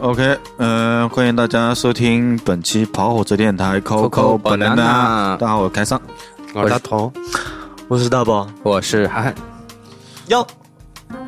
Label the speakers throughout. Speaker 1: OK，嗯、欢迎大家收听本期跑火车电台 Coco
Speaker 2: Coco
Speaker 1: banana。
Speaker 2: Banana
Speaker 1: 大家好，我是开上，
Speaker 3: 我是大头，
Speaker 1: 我是大宝。
Speaker 2: 我是涵涵，
Speaker 1: 哟，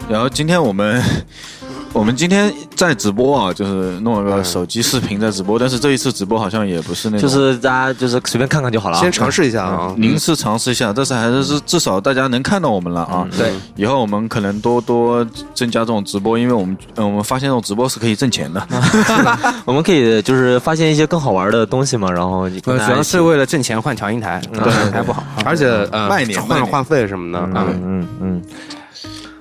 Speaker 1: 然后今天我们 我们今天在直播啊，就是弄了
Speaker 2: 嗯
Speaker 1: 个手机视频在直播，但是这一次直播好像也不是那种，嗯
Speaker 3: 就是大家就是随便看看就好了啊。嗯
Speaker 2: 先尝试一下啊。
Speaker 1: 您是尝试一下，但是还是是至少大家能看到我们了啊。
Speaker 2: 嗯对，
Speaker 1: 以后我们可能多多增加这种直播，因为我们嗯、我们发现这种直播是可以挣钱的。
Speaker 2: 嗯
Speaker 3: 我们可以就是发现一些更好玩的东西嘛，然后
Speaker 2: 呃，主要是为了挣钱换调音台，嗯还不好，而且呃
Speaker 1: 卖你卖
Speaker 2: 换
Speaker 1: 你
Speaker 2: 话费什么的啊。嗯
Speaker 3: 嗯嗯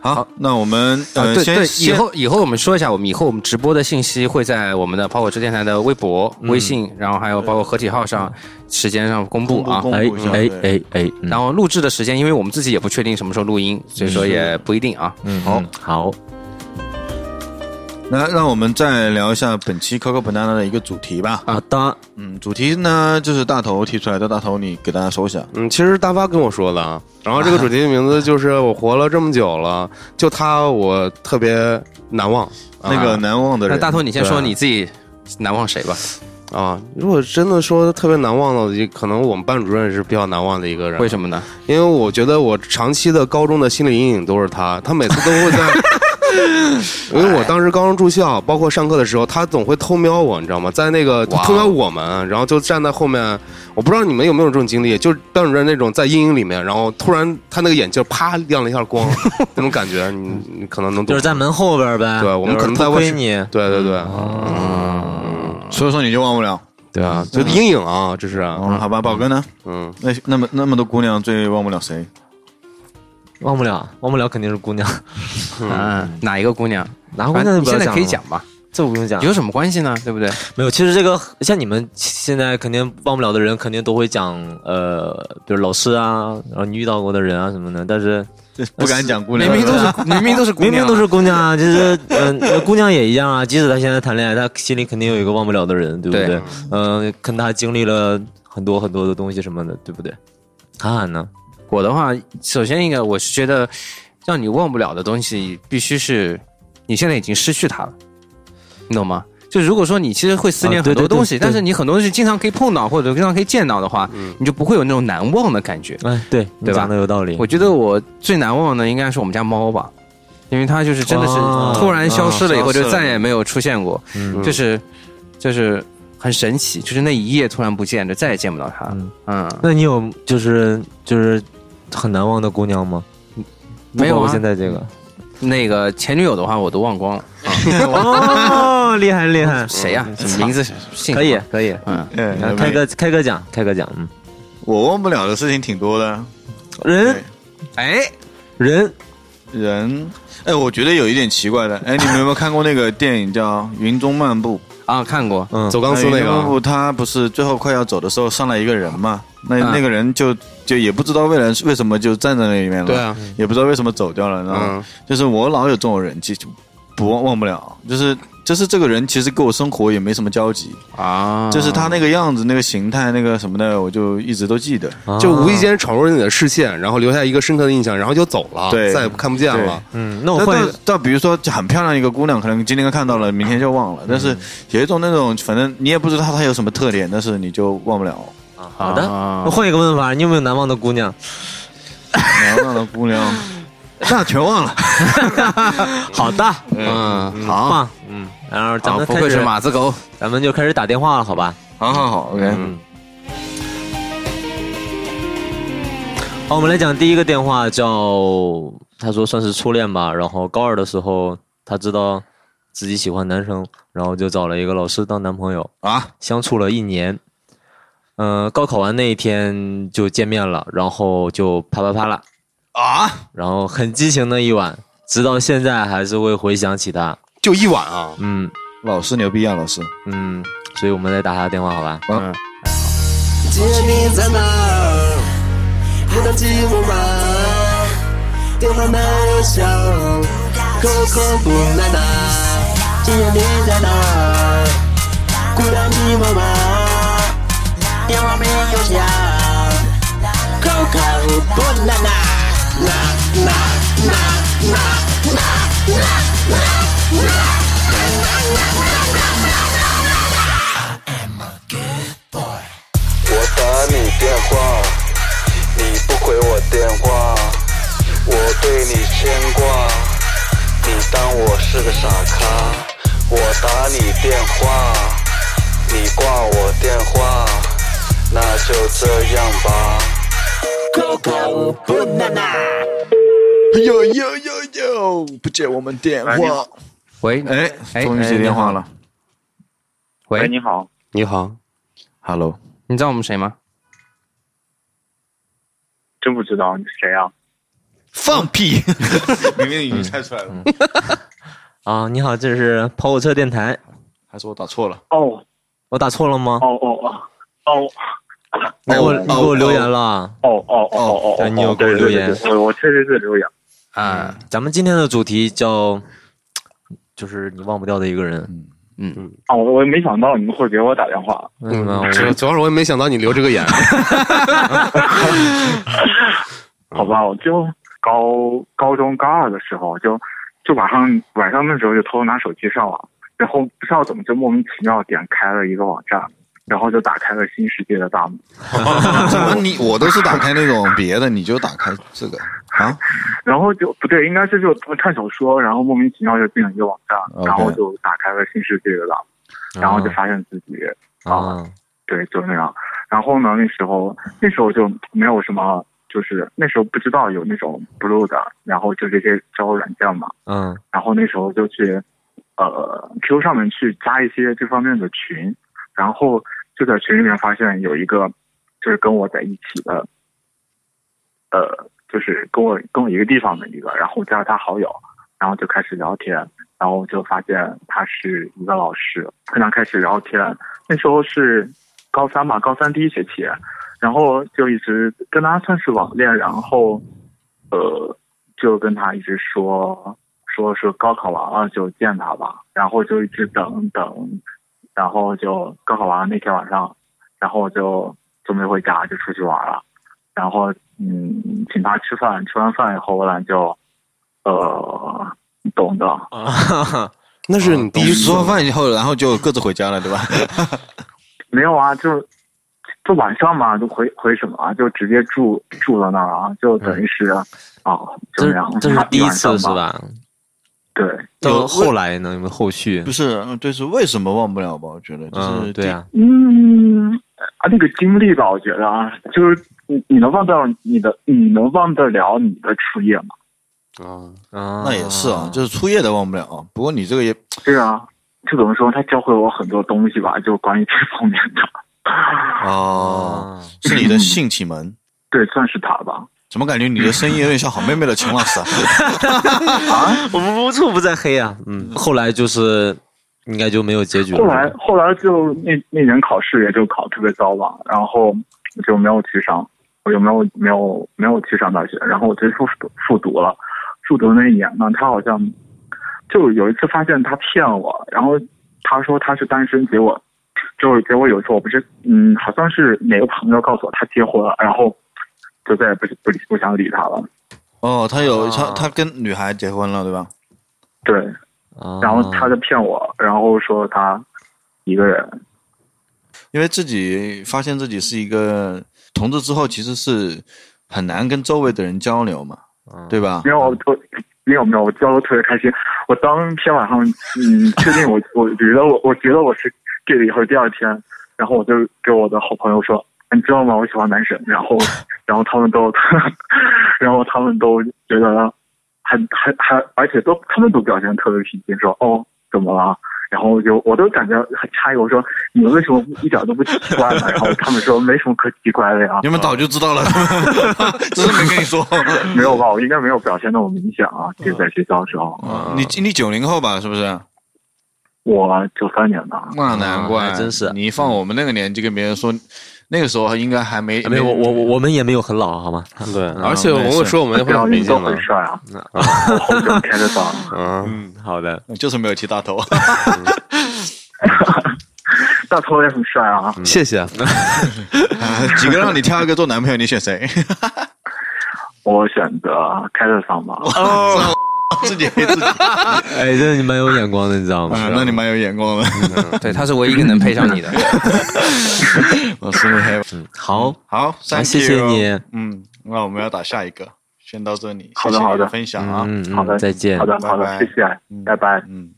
Speaker 1: 好，那我们
Speaker 2: 啊
Speaker 1: 呃
Speaker 2: 对
Speaker 1: 先
Speaker 2: 对，以
Speaker 1: 先
Speaker 2: 后以后我们说一下，我们以后我们直播的信息会在我们的跑火车电台的微博、微信，然后还有包括合体号上时间上公布啊。
Speaker 3: 嗯，
Speaker 1: 公布
Speaker 3: 哎
Speaker 1: 公布一下
Speaker 3: 哎
Speaker 1: 对
Speaker 3: 哎哎，嗯
Speaker 2: 然后录制的时间，因为我们自己也不确定什么时候录音，所以说也不一定啊。
Speaker 3: 嗯好好，
Speaker 1: 那让我们再聊一下本期 Coco Banana 的一个主题吧。
Speaker 3: 好的，
Speaker 1: 嗯，主题呢就是大头提出来的，大头你给大家说一下。
Speaker 4: 嗯，其实大发跟我说的，啊，然后这个主题的名字就是 我活了这么久了，就他我特别难忘啊
Speaker 1: 那个难忘
Speaker 2: 啊那
Speaker 1: 的人，
Speaker 2: 大头，你先说
Speaker 4: 对
Speaker 2: 你自己难忘谁吧？
Speaker 4: 啊。如果真的说特别难忘的，也可能我们班主任是比较难忘的一个人，
Speaker 2: 为什么呢？
Speaker 4: 因为我觉得我长期的高中的心理阴影都是他，他每次都会在。因为我当时高中住校，包括上课的时候，他总会偷瞄我，你知道吗？在那个
Speaker 2: 哇哦
Speaker 4: 偷瞄我们，然后就站在后面。我不知道你们有没有这种经历，就是班主任那种在阴影里面，然后突然他那个眼镜啪亮了一下光，那种感觉，你你可能能
Speaker 3: 就
Speaker 4: 懂
Speaker 3: 是。在门后边呗。
Speaker 4: 对我们可能在
Speaker 3: 不
Speaker 4: 外
Speaker 3: 亏
Speaker 4: 室
Speaker 3: 你。
Speaker 4: 对对对，
Speaker 3: 哦
Speaker 1: 所以说你就忘不了。
Speaker 4: 对
Speaker 3: 嗯
Speaker 4: 啊，就阴影啊，这是，
Speaker 1: 嗯，好吧，宝哥呢？
Speaker 4: 嗯，
Speaker 1: 那那么那么多姑娘最忘不了谁？
Speaker 3: 忘不了，忘不了肯定是姑娘，
Speaker 2: 嗯，哪一个姑娘？
Speaker 3: 哪个姑
Speaker 2: 反
Speaker 3: 娘
Speaker 2: 正
Speaker 3: 就
Speaker 2: 你
Speaker 3: 不要
Speaker 2: 现在
Speaker 3: 讲
Speaker 2: 可以
Speaker 3: 了
Speaker 2: 讲吧，
Speaker 3: 这不用讲。
Speaker 2: 有什么关系呢？对不对？
Speaker 3: 啊没有，其实这个像你们现在肯定忘不了的人，肯定都会讲呃，比如老师啊，然后你遇到过的人啊什么的。但是
Speaker 1: 这 不敢讲姑娘，
Speaker 2: 明明都 是明明都是姑
Speaker 3: 明
Speaker 2: 娘，
Speaker 3: 明都是姑娘啊，就是嗯、呃姑娘也一样啊。即使她现在谈恋爱，她心里肯定有一个忘不了的人，对不对
Speaker 2: 对？
Speaker 3: 嗯、跟她经历了很多很多的东西什么的，对不对？涵涵呢？
Speaker 2: 我的
Speaker 3: 嗯
Speaker 2: 话，首先一个，我是觉得让你忘不了的东西，必须是你现在已经失去它了，你懂吗？就如果说你其实会思念
Speaker 3: 啊对
Speaker 2: 很多
Speaker 3: 对对
Speaker 2: 东西，
Speaker 3: 对嗯
Speaker 2: 但是你很多东西经常可以碰到或者经常可以见到的话，你就不会有那种难忘的感觉。
Speaker 3: 哎，对，你
Speaker 2: 对吧
Speaker 3: 讲的有道理。
Speaker 2: 我觉得我最难忘的应该是我们家猫吧，因为它就是真的是
Speaker 3: 哦
Speaker 2: 突然消失了以后，
Speaker 1: 哦消失了
Speaker 2: 就再也没有出现过，
Speaker 3: 嗯
Speaker 2: 就是就是很神奇，就是那一夜突然不见，就再也见不到它了。嗯，
Speaker 3: 那你有就是就是很难忘的姑娘吗？
Speaker 2: 没有
Speaker 3: 包括
Speaker 2: 啊
Speaker 3: 现在这个
Speaker 2: 那个前女友的话我都忘光了，
Speaker 5: 啊
Speaker 3: 哦，厉害厉害，嗯
Speaker 2: 谁呀、名字姓什么
Speaker 3: 可以可以。
Speaker 2: 嗯，
Speaker 1: 哎
Speaker 3: 啊开个开个奖，开个奖，嗯，
Speaker 1: 我忘不了的事情挺多的。
Speaker 3: 人
Speaker 2: 哎，
Speaker 3: 人
Speaker 1: 人，哎，我觉得有一点奇怪的。哎，你们有没有看过那个电影叫《云中漫步》？
Speaker 2: 啊，看过，
Speaker 3: 嗯
Speaker 4: 走钢丝
Speaker 1: 哎
Speaker 4: 那
Speaker 1: 云中漫
Speaker 4: 个，
Speaker 1: 步他不是最后快要走的时候上来一个人嘛？那
Speaker 2: 嗯
Speaker 4: 啊
Speaker 1: 那个人就就也不知道为了为什么就站在那里面了，
Speaker 4: 对啊，
Speaker 1: 也不知道为什么走掉了，然后。
Speaker 4: 嗯，
Speaker 1: 就是我老有这种人，其实不忘忘不了，就是就是这个人其实跟我生活也没什么交集，
Speaker 2: 啊，
Speaker 1: 就是他那个样子、那个形态、那个什么的，我就一直都记得。
Speaker 3: 啊
Speaker 4: 就无意，间闯入了你的视线，然后留下一个深刻的印象，然后就走了，
Speaker 1: 对
Speaker 4: 再也不看不见
Speaker 1: 对
Speaker 4: 了。
Speaker 3: 嗯，那我
Speaker 1: 但
Speaker 3: 换一
Speaker 1: 到
Speaker 3: 个，
Speaker 1: 到比如说就很漂亮一个姑娘，可能今天看到了，明天就忘了。但
Speaker 3: 嗯
Speaker 1: 是有一种那种，反正你也不知道她有什么特点，但是你就忘不了。
Speaker 3: 好的，
Speaker 2: 啊
Speaker 3: 那换一个问法，你有没有难忘的姑娘？
Speaker 1: 难忘的 姑娘，那全忘 了。
Speaker 3: 好的，
Speaker 2: 嗯，好，
Speaker 3: 棒，嗯，然后咱
Speaker 2: 啊
Speaker 3: 们
Speaker 2: 不
Speaker 3: 开
Speaker 2: 愧
Speaker 3: 始
Speaker 2: 是，马子狗，
Speaker 3: 咱们就开始打电话了，好吧？
Speaker 1: 好好好，OK。
Speaker 4: 嗯
Speaker 3: 好，我们来讲第一个电话，叫他说算是初恋吧，然后高二的时候他知道自己喜欢男生，然后就找了一个老师当男朋友，
Speaker 1: 啊，
Speaker 3: 相处了一年。嗯、高考完那一天就见面了，然后就啪啪啪了啊，然后很激情的一晚，直到现在还是会回想起他。
Speaker 4: 就一晚啊，
Speaker 3: 嗯
Speaker 1: 老师牛逼啊，老师。
Speaker 3: 嗯，所以我们再打他电话好吧？
Speaker 2: 嗯，
Speaker 6: 今夜你在哪儿？回答寂寞吗？电话那又响，可可不来打。今夜你在哪儿？孤单寂寞吗？电话没有响，可可不来打。那那那那那那那那。
Speaker 7: 我打你电话，你不回我电话，我对你牵挂，你当我是个傻咖。我打你电话，你挂我电话，那就这样吧。
Speaker 1: 哎呦呦哎呦呦，不接我们电话。
Speaker 5: 喂，
Speaker 1: 哎，
Speaker 5: 哎
Speaker 1: 终于接电话了。
Speaker 8: 喂，
Speaker 5: 喂，
Speaker 8: 哎你好，
Speaker 4: 你好，
Speaker 1: Hello，
Speaker 5: 你知道我们谁吗？
Speaker 8: 真不知道你是谁啊？
Speaker 1: 放屁！ 明明已经猜出来
Speaker 3: 嗯
Speaker 1: 了，
Speaker 3: 啊，你好，这是跑火车电台，
Speaker 1: 还是我打错了？
Speaker 8: 哦
Speaker 3: 我打错了吗
Speaker 8: 哦？哦哦
Speaker 3: 你给我
Speaker 1: 哦
Speaker 3: 你给我
Speaker 1: 哦
Speaker 3: 留言了。
Speaker 8: 哦哦哦哦哦，
Speaker 3: 对你有给我留言嗯
Speaker 8: 对对对我我确实是留言。哎
Speaker 5: 啊，
Speaker 3: 咱们今天的主题叫，就是你忘不掉的一个人。
Speaker 1: 嗯
Speaker 3: 嗯
Speaker 8: 啊，我我没想到你们会给我打电话，
Speaker 3: 为什么我？
Speaker 4: 主主要是我也没想到你留这个言，
Speaker 8: 好吧，我就高高中高二的时候，就就晚上晚上的时候就偷偷拿手机上网，然后不知道怎么就莫名其妙点开了一个网站，然后就打开了新世界的大门。
Speaker 1: 怎么你我都是打开那种别的，你就打开这个啊？
Speaker 8: 然后就不对，应该是就看小说，然后莫名其妙就进了一个网站
Speaker 1: OK
Speaker 8: 然后就打开了新世界的大门，然后就发现自己、
Speaker 1: 哦
Speaker 3: 啊，
Speaker 8: 对就那样。然后呢，那时候那时候就没有什么，就是那时候不知道有那种 Blue 的，然后就这些交友软件嘛。
Speaker 3: 嗯
Speaker 8: 然后那时候就去呃 Q 上面去加一些这方面的群，然后就在群里面发现有一个就是跟我在一起的，呃，就是跟我跟我一个地方的一个，然后加了他好友，然后就开始聊天，然后就发现他是一个老师，跟他开始聊天，那时候是高三嘛，高三第一学期，然后就一直跟他算是网恋，然后呃，就跟他一直说说是高考完了就见他吧，然后就一直等等，然后就高考完了那天晚上，然后就就没回家，就出去玩了，然后嗯，请他吃饭，吃完饭以后我俩就呃，你懂的，嗯
Speaker 3: 啊，
Speaker 4: 那是你第
Speaker 1: 你
Speaker 4: 一
Speaker 1: 吃
Speaker 4: 次
Speaker 1: 完饭以后，然后就各自回家了，对吧？
Speaker 8: 没有啊，就就晚上嘛，就回回什么啊，就直接住住到那儿啊，就等于是、啊，就
Speaker 3: 这
Speaker 8: 样。
Speaker 3: 嗯这是第一次是
Speaker 8: 晚上吧？
Speaker 3: 吧？
Speaker 8: 对，
Speaker 3: 到后来呢？有没有后续
Speaker 1: 不？是，嗯对，是为什么忘不了吧？我觉得就
Speaker 3: 嗯，
Speaker 1: 是
Speaker 3: 对
Speaker 1: 呀。
Speaker 3: 呀，
Speaker 8: 嗯啊，那个经历吧，我觉得啊，就是你你能忘掉你的，你能忘得了你的初夜吗？
Speaker 4: 啊，
Speaker 3: 啊，
Speaker 1: 那也是啊，就是初夜的忘不了啊。不过你这个也
Speaker 8: 对啊，就怎么说，他教会我很多东西吧，就关于这方面的。
Speaker 1: 哦，
Speaker 3: 啊，
Speaker 1: 是你的性启蒙，
Speaker 8: 对，算是他吧。
Speaker 1: 怎么感觉你的声音有点像好妹妹的秦老师啊？
Speaker 8: 啊
Speaker 3: 我们无处不在黑啊。嗯，后来就是应该就没有结局了。
Speaker 8: 后来后来就那那年考试也就考特别糟吧，然后我就没有去上，我就没有没有没有去上大学，然后我就复读复读了，复读那一年呢，他好像就有一次发现他骗我，然后他说他是单身，结果就是结果有一次我不是嗯，好像是哪个朋友告诉我他结婚了，然后就再也不不理不想理他了，
Speaker 1: 哦，他有他
Speaker 3: 啊
Speaker 1: 他跟女孩结婚了，对吧？
Speaker 8: 对，
Speaker 3: 啊，
Speaker 8: 然后他就骗我，然后说他一个人，
Speaker 1: 因为自己发现自己是一个同志之后，其实是很难跟周围的人交流嘛，对吧？
Speaker 8: 没有，我我没有没有，我交流特别开心。我当天晚上，嗯，确定我， 我觉得我，我觉得我是 gay 了以后，第二天，然后我就给我的好朋友说，你知道吗？我喜欢男神。然后， 然后他们都， 然后他们都觉得还还还，而且都他们都表现特别平静，说哦，怎么了？然后我就我都感觉很诧异，我说你们为什么一点都不奇怪呢？ 然后他们说没什么可奇怪的呀。
Speaker 1: 你们早就知道 了，只是没跟你说。嗯
Speaker 8: 没有吧？我应该没有表现那么明显啊，就在学校的时候。
Speaker 3: 啊
Speaker 1: 你你九零后吧，是不是？
Speaker 8: 我九三年的，
Speaker 1: 那难怪，
Speaker 3: 啊还真是嗯
Speaker 1: 你放我们那个年纪跟别人说，那个时候应该还没嗯
Speaker 3: 没有 我我我我们也没有很老，好吗？
Speaker 4: 对，而且我跟我说我们那会
Speaker 8: 这
Speaker 4: 儿
Speaker 8: 样
Speaker 4: 没
Speaker 8: 你
Speaker 4: 劲
Speaker 8: 都很
Speaker 4: 了，
Speaker 8: 帅啊！ 我后脚开着嗓，
Speaker 4: 啊，
Speaker 3: 嗯，好的。
Speaker 1: 就是没有 剃大头。
Speaker 8: 大头也很帅啊。
Speaker 3: 嗯
Speaker 4: 谢 谢，
Speaker 1: 几个让你挑一个做男朋 友，你选谁？
Speaker 3: 啊
Speaker 8: 我选择开着嗓吧。
Speaker 1: 哦，自己黑自己。
Speaker 3: 哎，这你蛮有眼光的，你知道吗？嗯
Speaker 1: 嗯，那你蛮有眼光的，
Speaker 5: 对，他是唯一一个能配上 你的。
Speaker 1: 我是黑吧。
Speaker 3: 好，
Speaker 1: 好，
Speaker 3: 啊
Speaker 1: thank
Speaker 3: 谢谢
Speaker 1: you
Speaker 3: 你。
Speaker 1: 嗯，那我们要打下一个，先到这里。
Speaker 8: 好的
Speaker 1: 谢谢
Speaker 8: 好的
Speaker 1: 你分享啊，
Speaker 3: 嗯，
Speaker 8: 好的
Speaker 3: 嗯，再见
Speaker 8: 好。的，好
Speaker 1: 拜拜
Speaker 8: 的，谢谢，
Speaker 1: 嗯
Speaker 8: 拜拜。
Speaker 1: 嗯，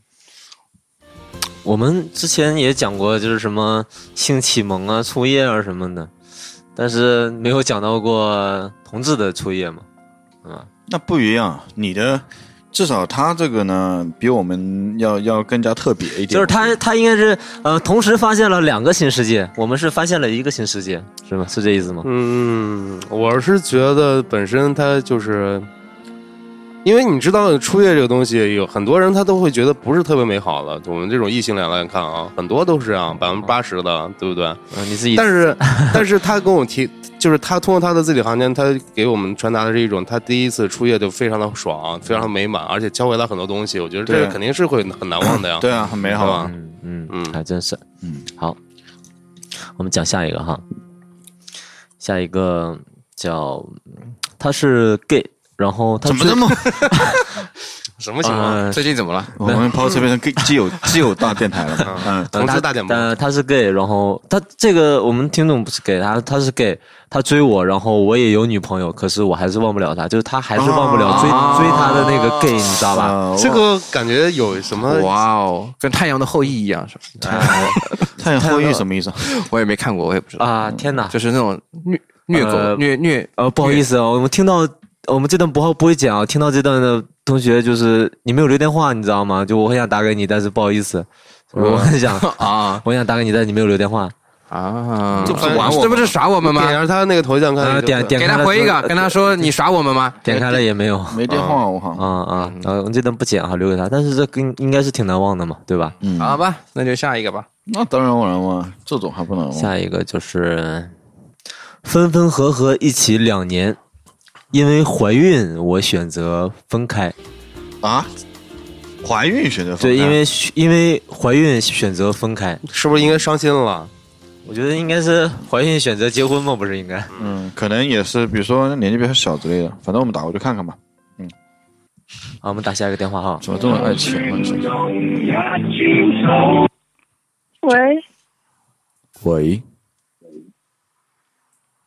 Speaker 3: 我们之前也讲过，就是什么性启蒙啊、初夜啊什么的，但是没有讲到过同志的初夜嘛，啊，
Speaker 1: 那不一样，你的至少他这个呢，比我们要要更加特别一点。
Speaker 3: 就是他他应该是呃，同时发现了两个新世界，我们是发现了一个新世界，是吗？是这意思吗？
Speaker 4: 嗯，我是觉得本身它就是，因为你知道初夜这个东西，有很多人他都会觉得不是特别美好的。我们这种异性恋来看啊，很多都是这样，百分之八十的，对不对？
Speaker 3: 嗯，你自己
Speaker 4: 但是，但是他跟我提，就是他通过他的字里行间，他给我们传达的是一种他第一次初夜就非常的爽，非常的美满，而且教会他很多东西。我觉得这
Speaker 1: 对
Speaker 4: 个肯定是会很难忘的呀。
Speaker 1: 对啊，很美好啊。
Speaker 3: 嗯嗯嗯，
Speaker 4: 嗯
Speaker 3: 还真是。
Speaker 1: 嗯，
Speaker 3: 好，我们讲下一个哈，下一个叫他是 gay，然后他
Speaker 1: 怎么
Speaker 3: 最
Speaker 1: 这么？
Speaker 4: 什么情况？
Speaker 3: 呃
Speaker 5: 最近怎么了？
Speaker 1: 啊我们抛车变成更基友基友大电台了嘛？嗯，
Speaker 4: 同志大点吗？
Speaker 3: 呃，他是 gay，然后他这个我们听众不是 gay，他他是 gay，他追我，然后我也有女朋友，可是我还是忘不了他，就是他还是忘不了追、
Speaker 5: 啊
Speaker 3: 追他的那个 gay，你知道吧？
Speaker 1: 啊
Speaker 4: 这个感觉有什么？
Speaker 5: 哇哦，跟《太阳的后裔》一样是吧？
Speaker 1: 哎太阳后裔什么意思？
Speaker 5: 我也没看过，我也不知道，
Speaker 3: 啊，天哪！
Speaker 5: 就是那种虐虐
Speaker 3: 呃
Speaker 5: 狗、虐虐
Speaker 3: 呃，不好意思啊，我们听到我们这段不好不会剪啊，听到这段的同学就是你没有留电话，你知道吗？就我很想打给你，但是不好意思，我很想，
Speaker 5: 啊
Speaker 3: 我很想打给你，但是你没有留电话。
Speaker 5: 啊！
Speaker 1: 这不是玩我们吗
Speaker 5: 这不是耍我们吗
Speaker 3: 啊
Speaker 4: 点？一下他那个头像看看
Speaker 3: 呃，
Speaker 4: 就，
Speaker 3: 点点
Speaker 5: 给
Speaker 3: 开
Speaker 5: 他
Speaker 3: 了
Speaker 5: 回一个，
Speaker 3: 呃
Speaker 5: 跟他说你耍我们吗？
Speaker 3: 点开了也没有。
Speaker 1: 没电话，我嗯靠。
Speaker 3: 啊啊，呃，我们这段不剪啊，留给他。但是这应应该是挺难忘的嘛，对吧？
Speaker 1: 嗯，
Speaker 5: 好吧，那就下一个吧。
Speaker 1: 那当然我能忘，这种还不能忘。
Speaker 3: 下一个就是分分合合一起两年，因为怀孕我选择分开，
Speaker 1: 啊？怀孕选择分
Speaker 3: 对，
Speaker 1: 开
Speaker 3: 因为因为怀孕选择分开，
Speaker 4: 是不是应该伤心了？
Speaker 3: 我觉得应该是怀孕选择结婚嘛，不是应该？
Speaker 1: 嗯，可能也是，比如说年纪比较小之类的，反正我们打过去看看吧。嗯
Speaker 3: 啊，我们打下一个电话哈。
Speaker 1: 怎么这么爱钱嘛？真是
Speaker 9: 喂，
Speaker 1: 喂，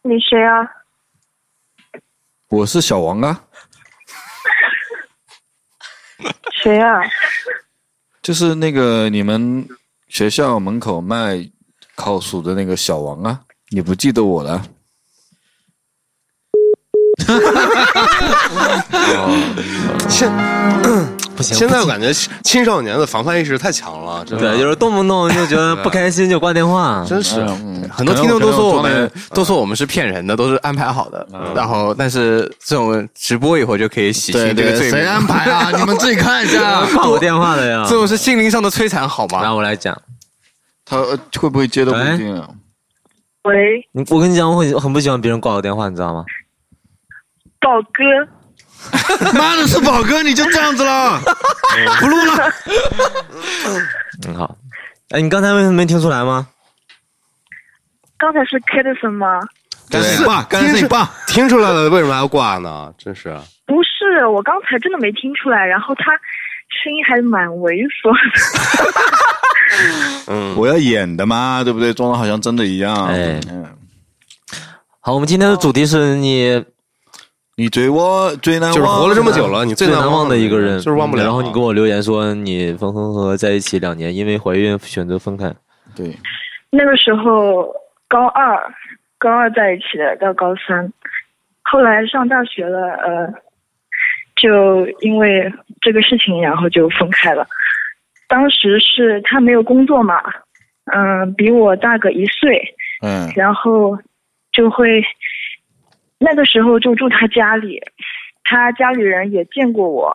Speaker 9: 你谁啊？
Speaker 1: 我是小王啊，
Speaker 9: 谁 啊？
Speaker 1: 就是那个你们学校门口卖烤薯的那个小王啊，你不记得我了？
Speaker 4: 现
Speaker 3: 不行，
Speaker 4: 现在我感觉青少年的防范意识太强了，真的
Speaker 3: 对，就是动不动就觉得不开心就挂电话。
Speaker 4: 真是。
Speaker 1: 嗯，
Speaker 5: 很多听众都说我们
Speaker 1: 可能可能装得嗯
Speaker 5: 都说我们是骗人的，都是安排好的。然后，但是这种直播以后就可以洗
Speaker 1: 对
Speaker 5: 清这个罪
Speaker 1: 对，谁
Speaker 5: 名。
Speaker 1: 安排 啊？你们自己看一下。啊
Speaker 3: 挂我电话的呀
Speaker 5: 这。种是心灵上的摧残，好
Speaker 3: 那
Speaker 5: 吗？
Speaker 3: 我来讲，
Speaker 1: 他呃会不会接都不一定啊。
Speaker 9: 喂，
Speaker 3: 你哎我跟你讲，我很很不喜欢别人挂我电话，你知道吗？
Speaker 9: 宝哥，
Speaker 1: 妈的，是宝哥，你就这样子 了，不录了。
Speaker 3: 嗯，好。哎，你刚才为什么没听出来吗？
Speaker 9: 刚才是 Kidson 吗？
Speaker 1: 刚才你爸，刚才是你爸。
Speaker 4: 听出来了，为什么还要挂呢？真是，
Speaker 9: 不是，我刚才真的没听出来。然后他声音还蛮猥琐 的。
Speaker 1: 我要演的嘛，对不对？装的好像真的一样。
Speaker 3: 哎
Speaker 1: 嗯，
Speaker 3: 好，我们今天的主题是你
Speaker 1: 你追我最难忘，
Speaker 4: 就是活了这么久了，你最
Speaker 3: 最难忘的一个人，嗯
Speaker 4: 就是忘不了。啊
Speaker 3: 然后你给我留言说你冯恒和在一起两年，因为怀孕选择分开。
Speaker 1: 对，
Speaker 9: 那个时候高二，高二在一起的到高三，后来上大学了，呃，就因为这个事情，然后就分开了。当时是他没有工作嘛，嗯、比我大个一岁，
Speaker 1: 嗯，
Speaker 9: 然后就会那个时候就住他家里，他家里人也见过我，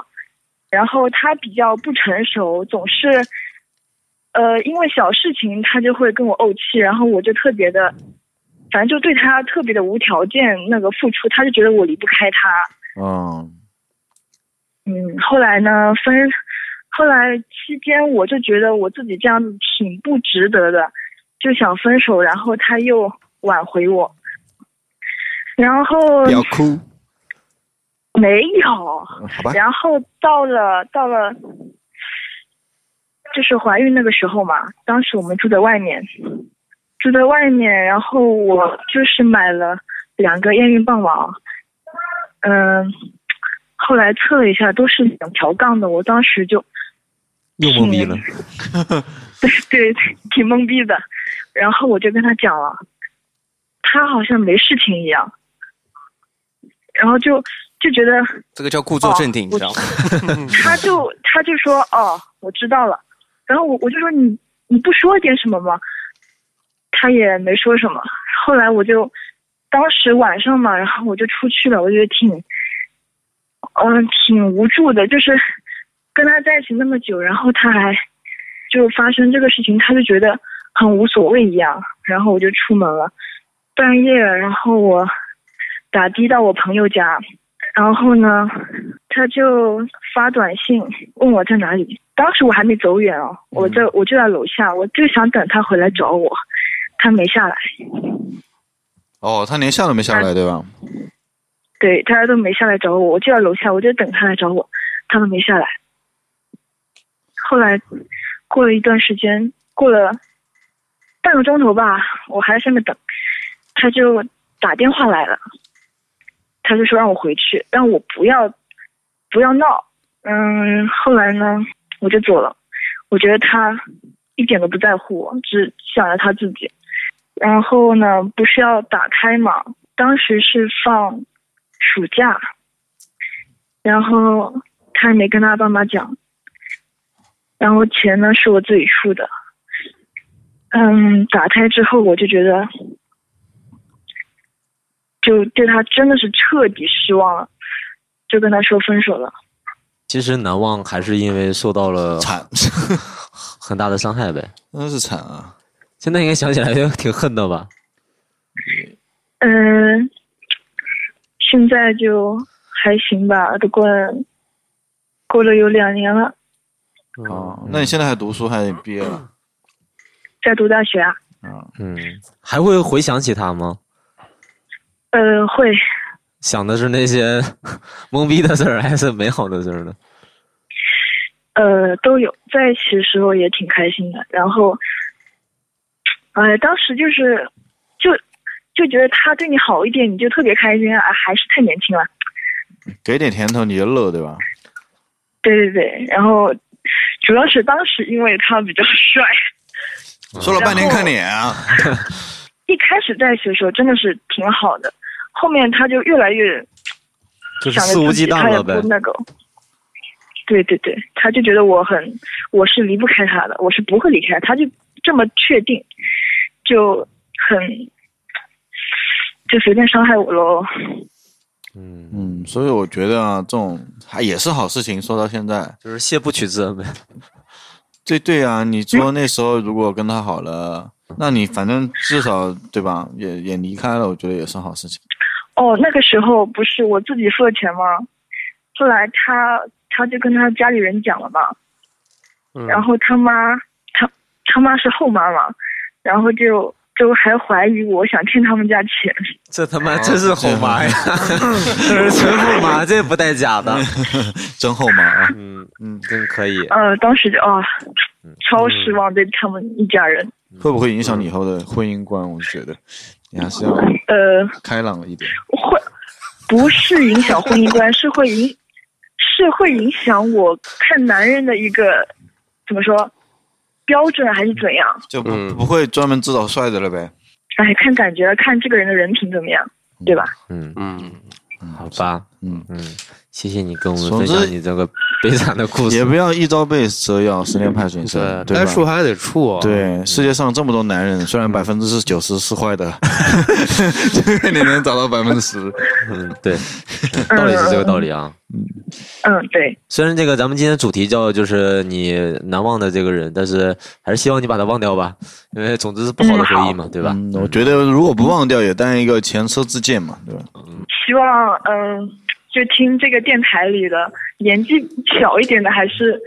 Speaker 9: 然后他比较不成熟，总是呃因为小事情他就会跟我怄气，然后我就特别的，反正就对他特别的无条件那个付出，他就觉得我离不开他，
Speaker 1: 哦，
Speaker 9: 嗯，后来呢，分，后来期间我就觉得我自己这样子挺不值得的，就想分手，然后他又挽回我，然后
Speaker 1: 不要哭，
Speaker 9: 没有。
Speaker 1: 嗯好吧，
Speaker 9: 然后到了到了，就是怀孕那个时候嘛，当时我们住在外面，住在外面，然后我就是买了两个验孕棒网，嗯、后来测了一下，都是两条杠的，我当时就
Speaker 3: 又懵逼了。
Speaker 9: 对对，挺懵逼的。然后我就跟他讲了，他好像没事情一样，然后就就觉得
Speaker 5: 这个叫故作镇定，你知道吗？
Speaker 6: 嗯
Speaker 9: 他就他就说哦，我知道了。然后我我就说你你不说点什么吗？他也没说什么。后来我就当时晚上嘛，然后我就出去了，我觉得挺嗯挺无助的，就是跟他在一起那么久，然后他还就发生这个事情，他就觉得很无所谓一样。然后我就出门了，半夜，然后我打的到我朋友家，然后呢，他就发短信问我在哪里。当时我还没走远哦，我在我就在楼下，我就想等他回来找我，他没下来，
Speaker 1: 哦，他连下都没下来，对吧？
Speaker 9: 对，大家都没下来找我，我就在楼下，我就等他来找我，他都没下来。后来过了一段时间，过了半个钟头吧，我还在下面等，他就打电话来了，他就说让我回去，让我不要不要闹。嗯，后来呢，我就走了。我觉得他一点都不在乎我，只想着他自己。然后呢，不是要打开嘛？当时是放暑假，然后他也没跟他爸妈讲。然后钱呢是我自己出的。嗯，打开之后我就觉得，就对他真的是彻底失望了，就跟他说分手了。
Speaker 3: 其实难忘还是因为受到了
Speaker 1: 惨，
Speaker 3: 很大的伤害呗。
Speaker 1: 真是惨啊！
Speaker 3: 现在应该想起来就挺恨的吧？
Speaker 9: 嗯，现在就还行吧，都过了过了有两年了，
Speaker 4: 嗯
Speaker 1: 哦，那你现在还读书，还毕业了？
Speaker 9: 在读大学啊。
Speaker 3: 嗯，还会回想起他吗？
Speaker 9: 呃，会
Speaker 3: 想的是那些 懵逼的事儿，还是美好的事儿呢？
Speaker 9: 呃都有，在一起的时候也挺开心的。然后，哎，当时就是就就觉得他对你好一点，你就特别开心啊，还是太年轻了。
Speaker 1: 给点甜头你就乐，对吧？
Speaker 9: 对对对，然后主要是当时因为他比较帅，
Speaker 1: 说了半 天看脸啊！
Speaker 9: 一开始在一起的时候真的是挺好的，后面他就越来越
Speaker 3: 就是
Speaker 9: 想着
Speaker 3: 肆无
Speaker 9: 自
Speaker 3: 忌
Speaker 9: 己，
Speaker 3: 惮
Speaker 9: 他也
Speaker 3: 了
Speaker 9: 不
Speaker 3: 呗。
Speaker 9: 那个。对对对，他就觉得我很，我是离不开他的，我是不会离开他，就这么确定，就很就随便伤害我喽。
Speaker 3: 嗯，
Speaker 1: 嗯，所以我觉得啊，这种还也是好事情。说到现在，
Speaker 3: 就是谢不取之恩呗。
Speaker 1: 对对啊，你说那时候如果跟他好了，那你反正至少对吧，也也离开了，我觉得也是好事情。
Speaker 9: 哦，那个时候不是我自己付的钱吗？后来他他就跟他家里人讲了嘛，
Speaker 4: 嗯
Speaker 9: 然后他妈他他妈是后妈嘛，然后就就还怀疑我想骗他们家钱。
Speaker 3: 这他
Speaker 1: 啊
Speaker 3: 妈真是后妈呀！ 这是纯后妈，这不带假的。
Speaker 1: 真后妈啊！
Speaker 3: 嗯嗯，真可 以。
Speaker 9: 呃，当时就啊，
Speaker 3: 嗯
Speaker 9: 超失望对他们一家人。
Speaker 1: 会不会影响你以后的婚姻观？我觉得你还是要
Speaker 9: 呃，
Speaker 1: 开朗一点。
Speaker 9: 会不是影响婚姻观，是会影是会影响我看男人的一个怎么说标准还是怎样？
Speaker 1: 就不、
Speaker 4: 嗯
Speaker 1: 不会专门知道帅的了呗。
Speaker 9: 哎，看感觉了，看这个人的人品怎么样，对吧？
Speaker 3: 嗯，
Speaker 4: 嗯，
Speaker 3: 好吧，
Speaker 1: 嗯，
Speaker 3: 嗯，谢谢你跟我们
Speaker 1: 总
Speaker 3: 分
Speaker 1: 之
Speaker 3: 享你这个悲惨的故
Speaker 1: 也
Speaker 3: 事。
Speaker 1: 不要一朝被蛇咬，十年怕井绳，对
Speaker 4: 该
Speaker 1: 吧？
Speaker 4: 树还得怵啊。，
Speaker 3: 嗯
Speaker 1: 对，世界上这么多男人，虽然百分之九十是 坏的，你能找到百分之十。
Speaker 3: 嗯，对，道理是这个道理啊。
Speaker 9: 嗯，对，
Speaker 3: 虽然这个咱们今天主题叫就是你难忘的这个人，但是还是希望你把他忘掉吧，因为总之是不好的回忆嘛，对吧？
Speaker 1: 嗯，我觉得如果不忘掉，也当一个前车之鉴嘛，对吧？
Speaker 9: 希望嗯、就听这个电台里的年纪小一点的，还是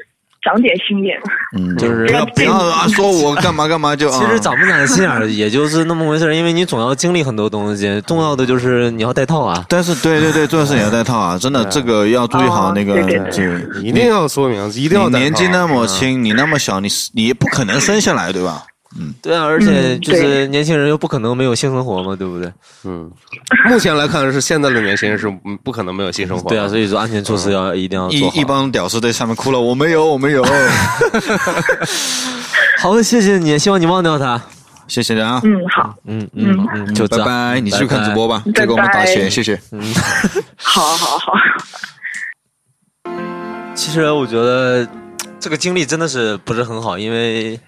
Speaker 9: 长点心眼。
Speaker 1: 嗯，
Speaker 3: 就是
Speaker 1: 不要不要啊，说我干嘛干嘛就 啊。
Speaker 3: 其实长不长心眼儿也就是那么回事儿，因为你总要经历很多东西，重要的就是你要带套啊。
Speaker 1: 但是对对对，做事也要带套啊，真的，这个要注意好
Speaker 9: 哦
Speaker 1: 那个
Speaker 9: 对对对
Speaker 1: 这个。
Speaker 4: 一定要说明，一定要
Speaker 1: 你
Speaker 4: 带
Speaker 1: 嗯年纪
Speaker 4: 套啊
Speaker 1: 那么轻，
Speaker 3: 嗯
Speaker 1: 你那么小，你你不可能生下来，对吧？
Speaker 3: 对啊，而且就
Speaker 9: 嗯
Speaker 3: 是
Speaker 9: 对
Speaker 3: 年轻人又不可能没有性生活嘛，对不对？
Speaker 4: 嗯，目前来看是现在的年轻人是嗯不可能没有性生活的。
Speaker 3: 对啊，所以说安全措
Speaker 1: 嗯
Speaker 3: 施要一定要嗯
Speaker 1: 一
Speaker 3: 做好。
Speaker 1: 一帮屌丝在下面哭了，我没有， 我 没有。
Speaker 3: 好的，谢谢你，希望你忘掉他。
Speaker 1: 谢谢啊，
Speaker 9: 嗯，好，
Speaker 3: 嗯嗯嗯，就这
Speaker 1: 拜
Speaker 3: 样。
Speaker 1: 拜，你继续
Speaker 3: 拜拜嗯
Speaker 1: 看直播吧，
Speaker 9: 拜
Speaker 1: 再给我们打
Speaker 9: 拜
Speaker 1: 钱，谢谢。
Speaker 9: 好，好，好。
Speaker 3: 其实我觉得这个经历真的是不是很好，因为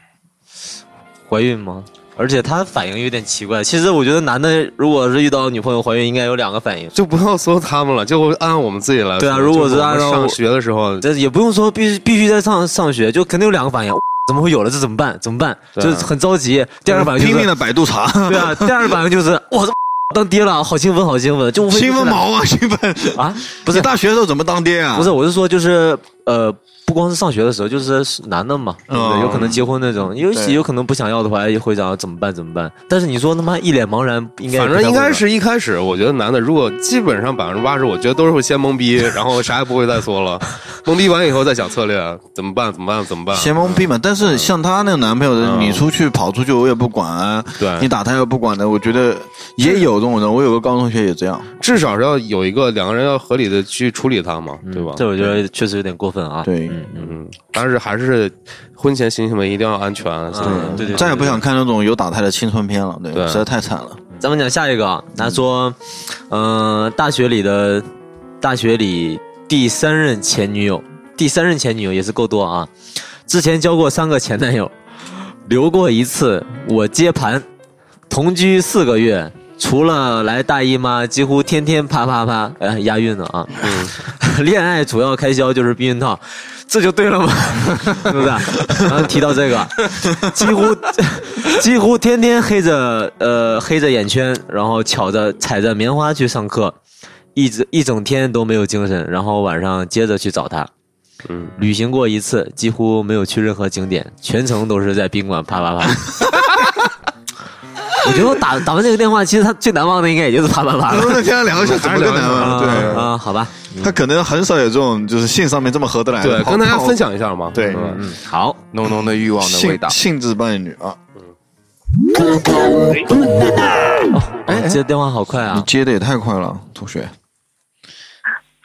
Speaker 3: 怀孕嘛，而且她反应有点奇怪。其实我觉得男的如果是遇到女朋友怀孕，应该有两个反应。
Speaker 4: 就不要说他们了，就按我们自己来说。
Speaker 3: 对啊如果是
Speaker 4: 就我们
Speaker 3: 按照我
Speaker 4: 上学的时候，
Speaker 3: 这也不用说必须必须在上上学，就肯定有两个反应。 怎么会有了？这怎么办？怎么办？
Speaker 4: 对啊
Speaker 3: 就是很着急。第二个反应
Speaker 1: 拼
Speaker 3: 就
Speaker 1: 命
Speaker 3: 是，
Speaker 1: 的百度查，
Speaker 3: 对啊，第二个反应就是， 我操，当爹了，好兴奋，好兴奋，就
Speaker 1: 兴奋
Speaker 3: 毛
Speaker 1: 毛啊，兴奋！
Speaker 3: 啊！不
Speaker 1: 不
Speaker 3: 是
Speaker 1: 大学的时候怎么当爹啊？
Speaker 3: 不是，，我是说就是呃，不光是上学的时候，就是男的嘛，对不对
Speaker 1: 嗯
Speaker 3: 有可能结婚那种，有
Speaker 1: 对
Speaker 3: 有可能不想要的话，也会想怎么办怎么办。但是你说他妈一脸茫然，应该也
Speaker 4: 反
Speaker 3: 不太
Speaker 4: 正应
Speaker 3: 会
Speaker 4: 该
Speaker 3: 吧
Speaker 4: 是一开始，我觉得男的如果基本上百分之八十，我觉得都是会先懵逼，然后啥也不会再说了，懵逼完以后再想策略，怎么办？怎么办？怎么办？
Speaker 1: 闲懵逼嘛。但
Speaker 3: 嗯
Speaker 1: 是像她那个男朋友的，
Speaker 4: 嗯
Speaker 1: 你出去跑出去我也不管啊，
Speaker 4: 对
Speaker 1: 你打他也不管的，我觉得也有这种人。我有个高中同学也这样，
Speaker 4: 至少是要有一个两个人要合理的去处理它嘛，对吧？
Speaker 3: 嗯这我觉得确实有点过分啊。
Speaker 1: 对
Speaker 3: 嗯嗯，
Speaker 4: 嗯，但是还是婚前性行为一定要安全。
Speaker 3: 嗯对对对
Speaker 1: 再也不想看那种有打胎的青春片了，对，
Speaker 4: 对
Speaker 1: 实在太惨了。
Speaker 3: 咱们讲下一个啊，他说，嗯、大学里的大学里第三任前女友，第三任前女友也是够多啊，之前交过三个前男友，留过一次，我接盘，同居四个月。除了来大姨妈，几乎天天啪啪啪，哎，押韵呢啊！ 恋爱主要开销就是避孕套，这就对了 嘛，对不对？然后提到这个，啊几乎 几乎天天黑着呃黑着眼圈，然后巧着踩着棉花去上课，一直一整天都没有精神，然后晚上接着去找他。
Speaker 4: 嗯，
Speaker 3: 旅行过一次，几乎没有去任何景点，全程都是在宾馆啪啪啪。 我觉得我打打完这个电话，其实他最难忘的应该也就是啪啪啪了。
Speaker 1: 那天聊一下怎么个难忘？对，
Speaker 3: 啊，好吧，
Speaker 1: 他可能很少有这种就是性上面这么合得来的。
Speaker 4: 对，
Speaker 1: 好
Speaker 4: 跟大家
Speaker 1: 好
Speaker 4: 分享一下嘛。
Speaker 1: 对
Speaker 4: 嗯
Speaker 3: 嗯，好，
Speaker 2: 浓浓的欲望的味
Speaker 1: 性
Speaker 2: 道。
Speaker 1: 性质伴侣啊，
Speaker 3: 哎，接电话好快
Speaker 1: 你
Speaker 3: 啊！
Speaker 1: 接的也太快了，同学。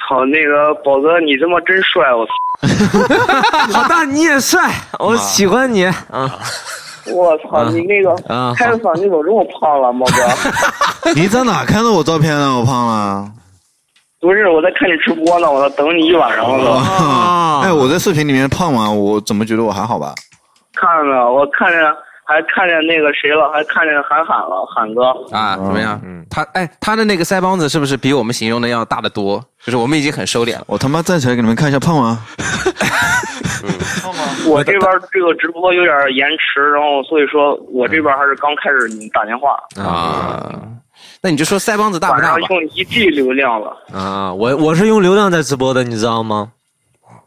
Speaker 10: 好，那个宝哥，你他妈真帅！我操
Speaker 3: 好大，你也帅，我喜欢你啊
Speaker 10: 我操，你那个
Speaker 3: 啊！
Speaker 10: 开
Speaker 3: 好
Speaker 10: 个嗓你怎么这么胖了，猫哥？
Speaker 1: 你在哪看到我照片啊了？我胖了。
Speaker 10: 不是，我在看你直播呢，我在等你一晚上了。
Speaker 3: 啊
Speaker 1: 哎，我在视频里面胖吗？我怎么觉得我还好吧？
Speaker 10: 看了，我看见还看见那个谁了，还看见韩寒了，韩哥。
Speaker 2: 啊，
Speaker 1: 嗯
Speaker 2: 怎么样？他哎，他的那个腮帮子是不是比我们形容的要大得多？就是我们已经很收敛了。
Speaker 1: 我他妈站起来给你们看一下胖吗？
Speaker 10: 我这边这个直播有点延迟，然后所以说我这边还是刚开始你打电话，
Speaker 2: 啊，那你就说腮帮
Speaker 3: 嗯
Speaker 2: 子大不
Speaker 10: 晚
Speaker 2: 大
Speaker 10: 上
Speaker 2: 吧？
Speaker 10: 用一 G 流量了。
Speaker 3: 啊！我我是用流量在直播的，你知道吗？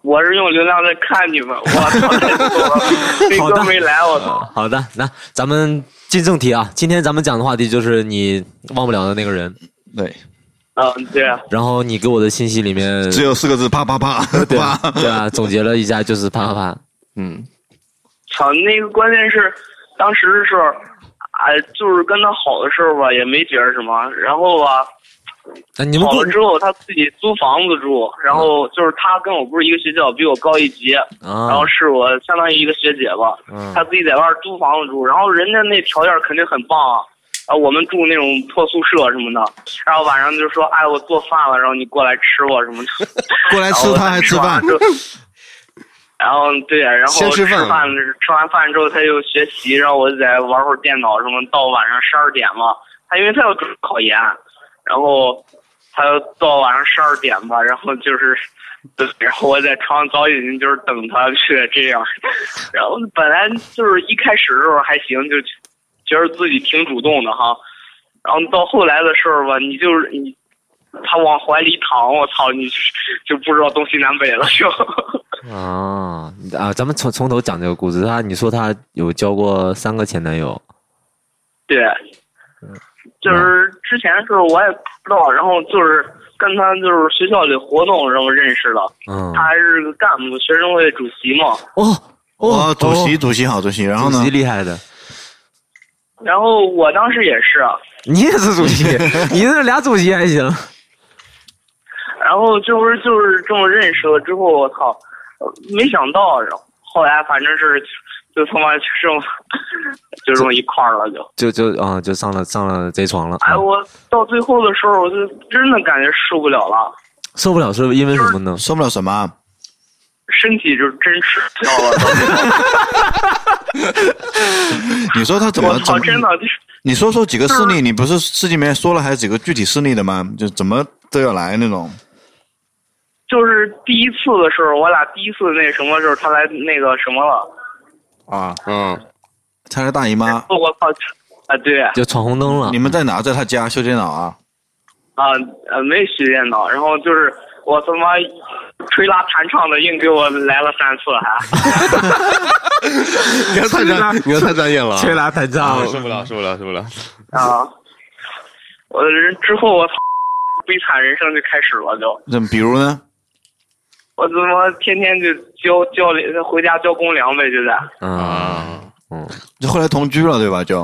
Speaker 10: 我是用流量在看你们，我操！太逗了那
Speaker 3: 好的
Speaker 10: 哥没来，我操！
Speaker 3: 好的，那咱们进正题啊。今天咱们讲的话题就是你忘不了的那个人，
Speaker 1: 对，
Speaker 10: 嗯，对啊，
Speaker 3: 然后你给我的信息里面，
Speaker 1: 只有四个字，啪啪啪
Speaker 3: 对
Speaker 1: 啪
Speaker 3: 啊。对啊，总结了一下就是啪啪啪。
Speaker 2: 嗯，
Speaker 10: 操！那个关键是当时的时候，哎，就是跟他好的时候吧，也没觉得什么。然后吧，
Speaker 3: 那你们
Speaker 10: 好
Speaker 3: 过
Speaker 10: 了之后他自己租房子住，然后就是他跟我不是一个学校，比我高一级，然
Speaker 3: 啊
Speaker 10: 后哦是我相当于一个学姐吧，
Speaker 3: 嗯
Speaker 10: 他自己在外边租房子住，然后人家那条件肯定很棒啊。啊，我们住那种破宿舍什么的，然后晚上就说，哎，我做饭了，然后你过来吃我什么的。
Speaker 1: 过来吃他还吃
Speaker 10: 然后
Speaker 1: 饭，
Speaker 10: 他吃完之后。然后对，啊然后
Speaker 4: 先吃
Speaker 10: 吃
Speaker 4: 饭
Speaker 10: 饭吃完饭之后他就学习，然后我就在玩会儿电脑什么，到晚上十二点嘛，他因为他要准备考研，然后他就到晚上十二点吧，然后就是， 对，然后我在床上早已经就是等他去这样，然后本来就是一开始的时候还行，就觉得自己挺主动的哈，然后到后来的时候吧，你就是你他往怀里躺，我操，你就不知道东西南北了就。
Speaker 3: 啊啊！咱们从从头讲这个故事。她，你说她有交过三个前男友，
Speaker 10: 对，就是之前的时候我也不知道，然后就是跟他就是学校里活动然后认识的，
Speaker 3: 嗯
Speaker 10: 他还是个干部，学生会主席嘛。
Speaker 3: 哦
Speaker 1: 哦，主席主席好主席，然后呢？主席
Speaker 3: 厉害的，
Speaker 10: 然后我当时也是，
Speaker 3: 你也是主席， 你这俩主席还行。
Speaker 10: 然后就是就是这么认识了之后，我操，呃没想到，然后后来反正是就他妈就这么就这么一块儿了就。
Speaker 3: 就就啊、就上了上了贼床了，
Speaker 10: 哎，我到最后的时候，我就真的感觉受不了了，
Speaker 3: 受不了是因为什么呢？
Speaker 1: 受不了什么？啊
Speaker 10: 身体就真吃不消了。
Speaker 1: 你说他怎
Speaker 10: 我
Speaker 1: 么怎
Speaker 10: 操，
Speaker 1: 么？
Speaker 10: 真的就是嗯
Speaker 1: 你说说几个事例？你不是事迹里面说了还有几个具体事例的吗？就怎么都要来那种。
Speaker 10: 就是第一次的时候，我俩第一次那什么时候，他来那个什么了，
Speaker 1: 啊，
Speaker 4: 嗯，
Speaker 1: 他是大姨妈，
Speaker 10: 我操，啊对，
Speaker 3: 就闯红灯了。
Speaker 1: 你们在哪？在他家修电脑啊？
Speaker 10: 啊呃没学电脑，然后就是我他妈吹拉弹唱的硬给我来了三次还，
Speaker 4: 你啊看太 专，你看太专业了，
Speaker 3: 吹拉弹唱
Speaker 4: 受不了，受不了，受不了。
Speaker 10: 啊，我人之后我操，悲惨人生就开始了就，
Speaker 1: 那比如呢？
Speaker 10: 我他妈天天就交交粮回家交公粮呗就在，
Speaker 3: 啊，
Speaker 1: 就后来同居了对吧？就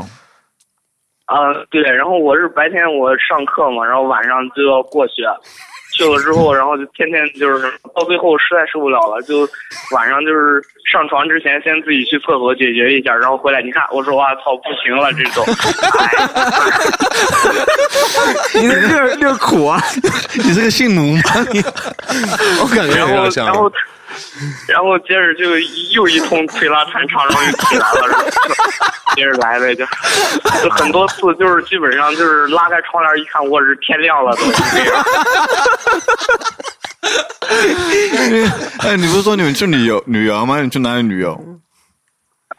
Speaker 10: 啊，对，然后我是白天我上课嘛，然后晚上就要过去，去了之后，然后就天天就是到最后实在受不了了，就晚上就是上床之前先自己去厕所解决一下，然后回来你看，我说哇操，不行了这种，
Speaker 3: 你这略略苦啊！
Speaker 1: 你是个性奴吗？你
Speaker 4: 我感觉有
Speaker 10: 然后
Speaker 4: 点像
Speaker 10: 哎然后然后接着就又一通推拉弹唱，然后又起来了，然后就接着来呗就，就很多次就是基本上就是拉开窗帘一看，我是天亮了都这样。
Speaker 1: 哎，你不是说你们去旅游旅游吗？你去哪里旅游？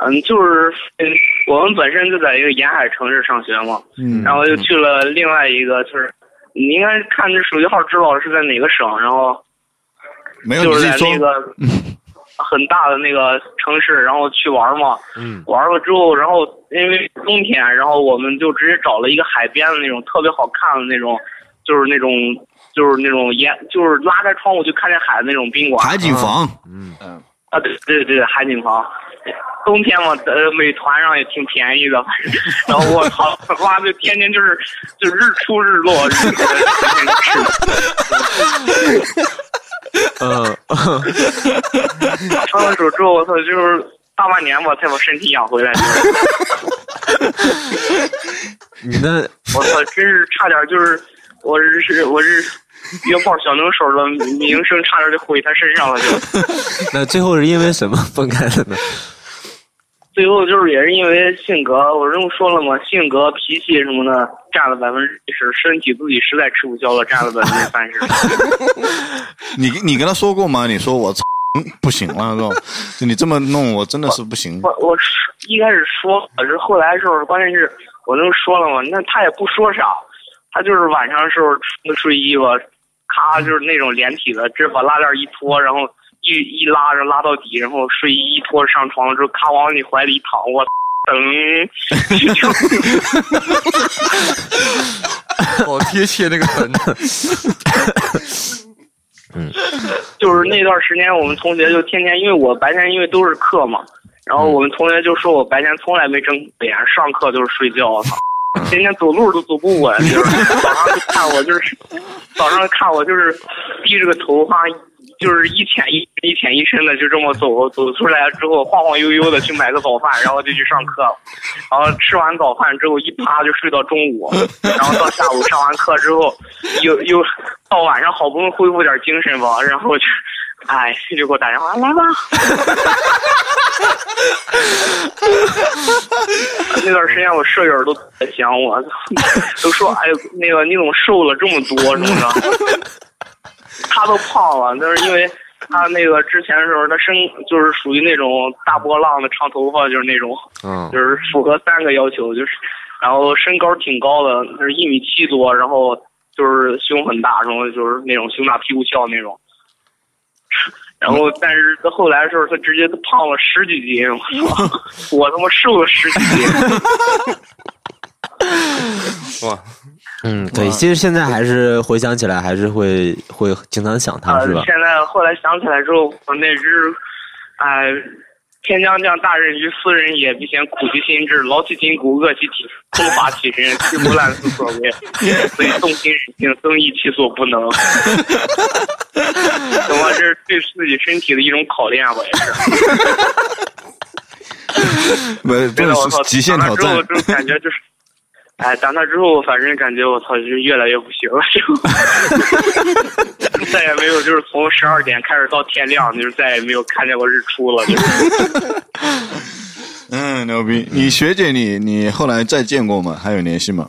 Speaker 10: 嗯，就是嗯，我们本身就在一个沿海城市上学嘛，
Speaker 1: 嗯
Speaker 10: 然后又去了另外一个，就是你应该看这手机号知道是在哪个省，然后
Speaker 1: 没有，
Speaker 10: 就
Speaker 1: 你
Speaker 10: 是
Speaker 1: 自
Speaker 10: 在
Speaker 1: 己
Speaker 10: 那
Speaker 1: 说。
Speaker 10: 个 很大的那个城市，然后去玩嘛。
Speaker 3: 嗯，
Speaker 10: 玩了之后，然后因为冬天，然后我们就直接找了一个海边的那种特别好看的那种，就是那种就是那种沿就是拉开窗户就看见海的那种宾馆。
Speaker 1: 海景房，
Speaker 10: 啊，对对对，海景房，冬天嘛，呃，美团上也挺便宜的， 然后我操，妈就天天就是就日出日落，日出日落
Speaker 3: 嗯，
Speaker 10: 穿了手之后，我操，就是大半年吧，才把身体养回来，就是
Speaker 3: 你那
Speaker 10: 我操，真是差点就是，我是我是约炮小能手的名声差点就毁他身上了，就
Speaker 3: 那最后是因为什么分开的呢？
Speaker 10: 最后就是也是因为性格，我这么说了嘛，性格脾气什么的占了百分之十，身体自己实在吃不消了，占了百分之三十。
Speaker 1: 你你跟他说过吗？你说我操嗯不行了，这种，就你这么弄，我真的是不行。
Speaker 10: 我我是一开始说，可是后来的时候，关键是我都说了嘛，那他也不说啥，他就是晚上的时候穿个睡衣吧，咔就是那种连体的，直接把拉链一脱，然后一一拉着拉到底，然后睡衣一脱上床了之后，咔往你怀里躺，我 疼，就就
Speaker 2: 好哦贴切那个痕，
Speaker 10: 就是那段时间，我们同学就天天，因为我白天因为都是课嘛，然后我们同学就说我白天从来没睁过眼，上课就是睡觉，啊我操，天天走路都走不稳，就是早上就看我就是早上看我就是低着个头哈，就是一浅一一浅一深的就这么走，走出来之后晃晃悠悠的去买个早饭，然后就去上课了，然后吃完早饭之后一趴就睡到中午，然后到下午上完课之后，又又到晚上好不容易恢复点精神吧，然后就。哎，就给我打电话来吧。 那段时间我舍友都在想我， 都说哎呦那个你怎么瘦了这么多什么的。 他都胖了，那是因为他那个之前的时候，他生就是属于那种大波浪的长头发，就是那种，
Speaker 3: 嗯
Speaker 10: 就是符合三个要求，就是然后身高挺高的，就是一米七多，然后就是胸很大，什么就是那种胸大屁股翘那种。 然后，但是他后来的时候，他直接胖了十几斤，我操！ 我他妈瘦了十几斤。
Speaker 4: 哇，
Speaker 3: 嗯，对，其实现在还是回想起来，还是会会经常想他，
Speaker 10: 呃
Speaker 1: 啊
Speaker 3: 是吧？
Speaker 10: 现在后来想起来之后，我那只，哎、天将降大任于斯人也，必先苦其心志，劳其筋骨，饿其体肤，空乏其身，其不烂斯所为。所以动心忍性，增益其所不能。懂吗？这是对自己身体的一种考验吧，也是。
Speaker 1: 没
Speaker 10: 真的，我操！
Speaker 1: 极限挑
Speaker 10: 长大
Speaker 1: 战
Speaker 10: 之后，就感觉就是，哎，长大之后，反正感觉我操，就 越来越不行了，就再也没有，就是从十二点开始到天亮，就是再也没有看见过日出了，就是。
Speaker 1: 嗯，牛逼！你学姐你你后来再见过吗？还有联系吗？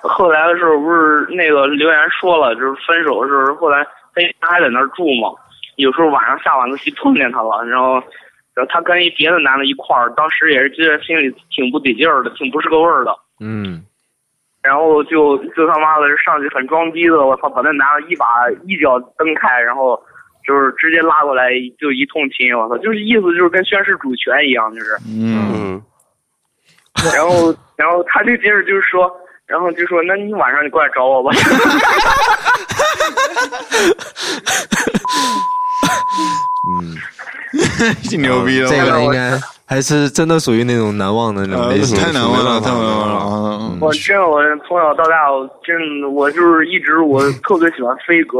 Speaker 10: 后来的时候不是那个留言说了，就是分手的时候，后来他他还在那儿住嘛，有时候晚上下晚自习碰见他了，然后然后他跟一别的男的一块儿，当时也是觉得心里挺不得劲儿的，挺不是个味儿的，
Speaker 3: 嗯，
Speaker 10: 然后就就他妈的上去很装逼的，我操，把那男的一把一脚蹬开，然后就是直接拉过来就一通亲，我操，就是意思就是跟宣誓主权一样，就是。
Speaker 4: 嗯，
Speaker 10: 然后，然后他就接着就是说，然后就说，那你晚上你过来找我吧。
Speaker 1: 嗯 挺牛逼的，
Speaker 3: 嗯这个应该还是真的属于那种难忘的那种类型，
Speaker 1: 啊太难忘了，太难忘了。
Speaker 3: 嗯
Speaker 1: 啊
Speaker 10: 我真的，我从小到大，我真的我就是一直我特别喜欢飞哥，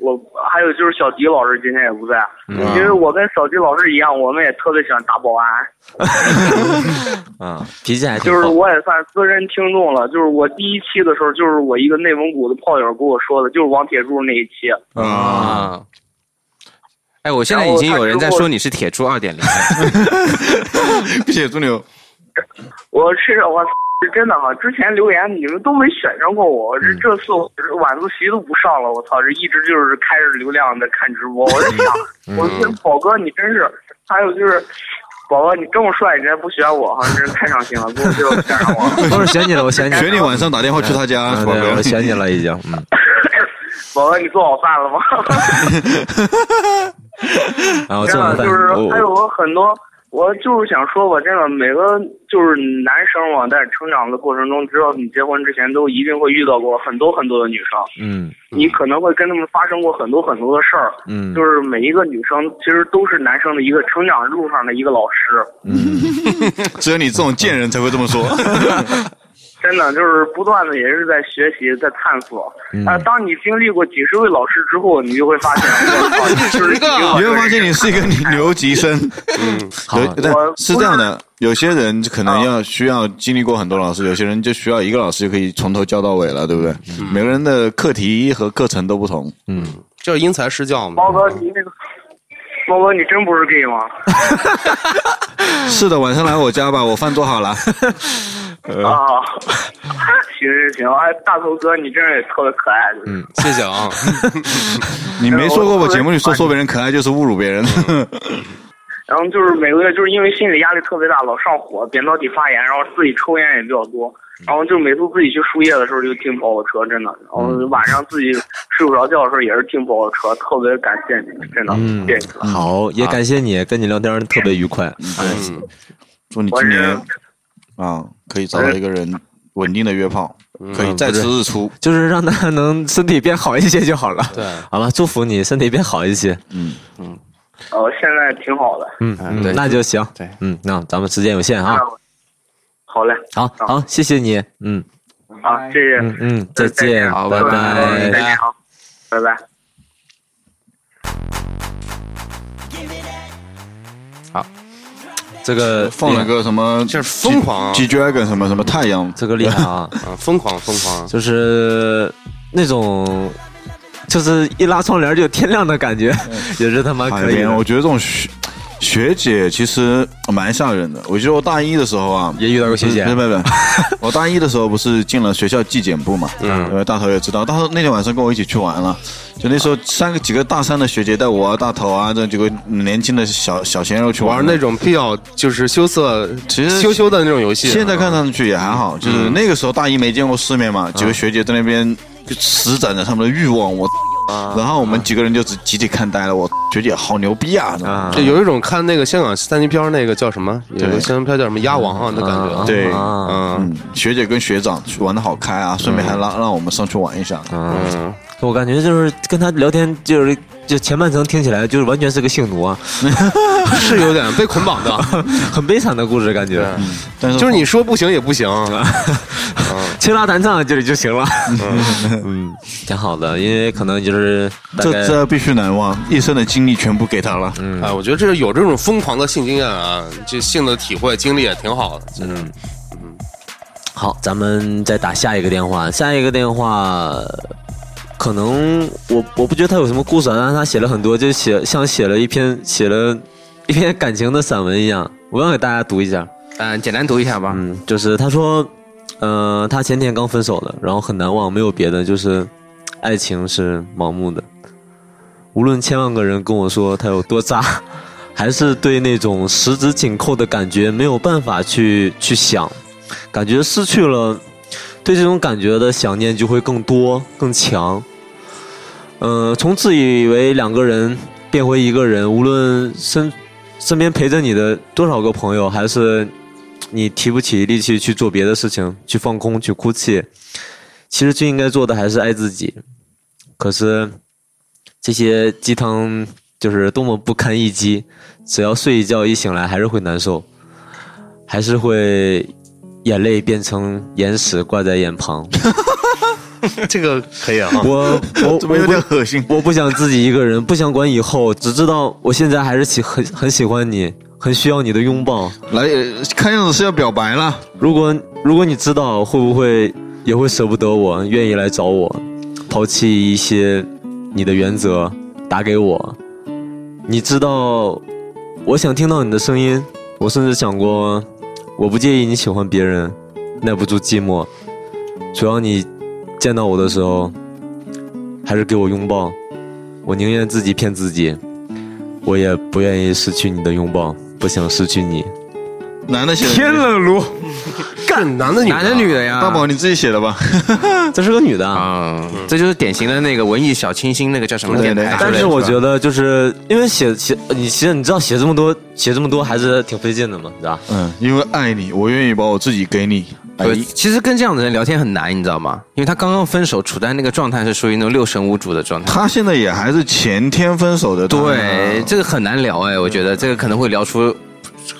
Speaker 10: 我还有就是小迪老师今天也不在，
Speaker 3: 嗯
Speaker 10: 因为我跟小迪老师一样，我们也特别喜欢打保安。
Speaker 3: 啊，脾
Speaker 1: 哎
Speaker 3: 气还挺
Speaker 10: 就是
Speaker 3: 好。
Speaker 10: 我也算资深听众了，就是我第一期的时候，就是我一个内蒙古的炮友跟我说的，就是王铁柱那一期。
Speaker 1: 嗯
Speaker 5: 啊。哎，我现在已经有人在说你是铁柱二 点零，
Speaker 1: 铁柱牛，
Speaker 10: 我是我是真的哈，之前留言你们都没选上过我，这这次我是晚自习都不上了，我操，这一直就是开着流量在看直播，我就想，我说宝哥你真是，还有就是。宝哥，你这么帅，你还不选我哈？真是太伤心了！给我最后选上我了。
Speaker 3: 不是选你了，我选你了，
Speaker 1: 选你晚上打电话去他家
Speaker 3: 嗯
Speaker 1: 宝贝
Speaker 3: 对，我选你 了已经。嗯，
Speaker 10: 宝哥，你做好饭了吗？
Speaker 3: 然后
Speaker 10: 真的
Speaker 3: 做完饭，
Speaker 10: 就是
Speaker 3: 我
Speaker 10: 还有我很多，我就是想说吧，真的每个就是男生嘛，在成长的过程中，直到你结婚之前，都一定会遇到过很多很多的女生，
Speaker 3: 嗯
Speaker 10: 你可能会跟他们发生过很多很多的事儿。
Speaker 3: 嗯
Speaker 10: 就是每一个女生其实都是男生的一个成长路上的一个老师，
Speaker 1: 只有你这种贱人才会这么说。
Speaker 10: 真的就是不断的也是在学习，在探索。
Speaker 3: 嗯
Speaker 10: 啊、当你经历过几十位老师之后，你就会发现，我操，就是一个 嗯
Speaker 1: 你会 发现你是一个留级生，
Speaker 3: 好
Speaker 1: 有但是这样的，有些人就可能要需要经历过很多老师，有些人就需要一个老师就可以从头教到尾了，对不对？每个人的课题和课程都不同。
Speaker 3: 嗯，
Speaker 4: 就是因材施教嘛
Speaker 10: 猫。哥，你那个。猫哥，你真不是 gay 吗？
Speaker 1: 是的，晚上来我家吧，我饭做好 了。嗯呃
Speaker 10: 啊， 行行行，哎，大头哥，你真是也特别可爱，就是
Speaker 4: 谢谢啊，
Speaker 1: 你没说过我节目里说说别人可爱就是侮辱别人。
Speaker 10: 然后就是每个月就是因为心理压力特别大，老上火，扁桃体发炎，然后自己抽烟也比较多，
Speaker 3: 嗯
Speaker 10: 然后就每次自己去输液的时候就听跑火车，真的。然后晚上自己睡不着觉的时候也是听跑火车，特别感谢你，真的，
Speaker 3: 嗯
Speaker 10: 谢谢你。
Speaker 3: 好，也感谢你，跟你聊天特别愉快。
Speaker 1: 嗯
Speaker 3: 嗯
Speaker 1: 祝你今年啊，可以找到一个人稳定的约炮，
Speaker 4: 嗯
Speaker 1: 哎可以再次日出。
Speaker 3: 就是让他能身体变好一些就好了。
Speaker 4: 对，
Speaker 3: 好吧，祝福你身体变好一些。
Speaker 1: 嗯
Speaker 10: 呃，现在挺好的。
Speaker 3: 嗯，嗯那就行。
Speaker 5: 对，
Speaker 3: 嗯，那咱们时间有限啊
Speaker 10: 那。我好嘞，
Speaker 3: 好，好，谢谢你。嗯
Speaker 10: 好，谢谢。
Speaker 3: 嗯嗯，再见，
Speaker 5: 好
Speaker 3: 拜
Speaker 10: 拜
Speaker 3: 拜。
Speaker 10: 拜，好，拜拜。
Speaker 3: 这个
Speaker 1: 放了个什么？
Speaker 4: 这是疯狂啊
Speaker 1: G Dragon 什么什么太阳，
Speaker 3: 这个厉害啊，
Speaker 4: 啊疯狂疯狂，
Speaker 3: 就是那种。就是一拉窗帘就天亮的感觉，也是他妈
Speaker 1: 海
Speaker 3: 啊可以
Speaker 1: 边，我
Speaker 3: 的。
Speaker 1: 觉得这种学学姐其实蛮吓人的。我记得我大一的时候啊，
Speaker 3: 也遇到过学姐
Speaker 1: 不是不是不是， 我大一的时候不是进了学校纪检部嘛，嗯，因为大头也知道，大头那天晚上跟我一起去玩了，就那时候三个几个大三的学姐带我啊、大头啊这几个年轻的小小鲜肉去玩
Speaker 4: 玩那。种比较就是羞涩、
Speaker 1: 其实
Speaker 4: 羞羞
Speaker 3: 啊
Speaker 4: 的那种游戏。
Speaker 3: 嗯
Speaker 1: 现在看上去也还好，就是那个时候大一没见过世面嘛，几个学姐在那边就施展着他们的欲望，我。
Speaker 3: 啊
Speaker 1: 然后我们几个人就集集体看呆了，我 学姐好牛逼啊！
Speaker 4: 就有一种看那个香港三级片儿那个叫什么，有
Speaker 1: 对
Speaker 4: 个香港片儿叫什么《鸭王》啊，那感觉。
Speaker 1: 对，
Speaker 4: 嗯，
Speaker 1: 嗯，学姐跟学长玩的好开啊，顺便还让让我们上去玩一下。
Speaker 3: 嗯，我感觉就是跟他聊天，就是就前半程听起来就是完全是个性奴啊，
Speaker 4: 是
Speaker 3: 嗯
Speaker 4: 有点被捆绑的，
Speaker 3: 很悲惨的故事感觉。嗯
Speaker 1: 但是嗯
Speaker 4: 就是你说不行也不行。
Speaker 3: 轻拉弹唱这里就行了，嗯，挺好的，因为可能就是大
Speaker 1: 这
Speaker 3: 概
Speaker 1: 这必须难忘，一生的精力全部给他了。
Speaker 4: 哎，我觉得这是有这种疯狂的性经验啊，这性的体会经历也挺好的。嗯，
Speaker 3: 好，咱们再打下一个电话，下一个电话。可能我我不觉得他有什么故事啊，但是他写了很多，就写像写了一篇写了一篇感情的散文一样，我要给大家读一下。
Speaker 5: 嗯，简单读一下吧。
Speaker 3: 嗯，就是他说，呃，他前天刚分手的，然后很难忘，没有别的，就是爱情是盲目的，无论千万个人跟我说他有多渣， 还是对那种十指紧扣的感觉没有办法去去想，感觉失去了，对这种感觉的想念就会更多更强。呃，从自以为两个人变回一个人，无论身身边陪着你的多少个朋友，还是你提不起力气去做别的事情，去放空，去哭泣，其实最应该做的还是爱自己。可是这些鸡汤就是多么不堪一击，只要睡一觉一醒来还是会难受，还是会眼泪变成眼屎挂在眼 旁。
Speaker 4: 这个可以啊。
Speaker 3: 我我
Speaker 1: 怎么有
Speaker 3: 我不
Speaker 1: 点恶心？
Speaker 3: 我不想自己一个人，不想管以后，只知道我现在还是喜很很喜欢你，很需要你的拥抱。
Speaker 1: 来，呃看样子是要表白了。
Speaker 3: 如果如果你知道，会不会也会舍不得我，愿意来找我，抛弃一些你的原则，打给我？你知道，我想听到你的声音，我甚至想过，我不介意你喜欢别人，耐不住寂寞，只要你见到我的时候，还是给我拥抱，我宁愿自己骗自己，我也不愿意失去你的拥抱，不想失去你。
Speaker 1: 男的写的，
Speaker 3: 冷如。
Speaker 4: 干男的女
Speaker 5: 男的女的呀？
Speaker 1: 啊大宝你自己写 的吧？
Speaker 3: 这是个女的啊。
Speaker 5: 啊，这就是典型的那个文艺小清新那个叫什么
Speaker 1: 对
Speaker 5: 电
Speaker 1: 对
Speaker 5: 台？
Speaker 1: 对
Speaker 3: 但是我觉得就是因为写写你其实你知道写这么多写这么多还是挺费劲的嘛，你知道吧？
Speaker 1: 嗯，因为爱你，我愿意把我自己给你。哎
Speaker 5: 对，其实跟这样的人聊天很难，你知道吗？因为他刚刚分手，处在那个状态是属于那种六神无主的状态。
Speaker 1: 他现在也还是前天分手的。
Speaker 5: 对，，这个很难聊哎，我觉得这个可能会聊出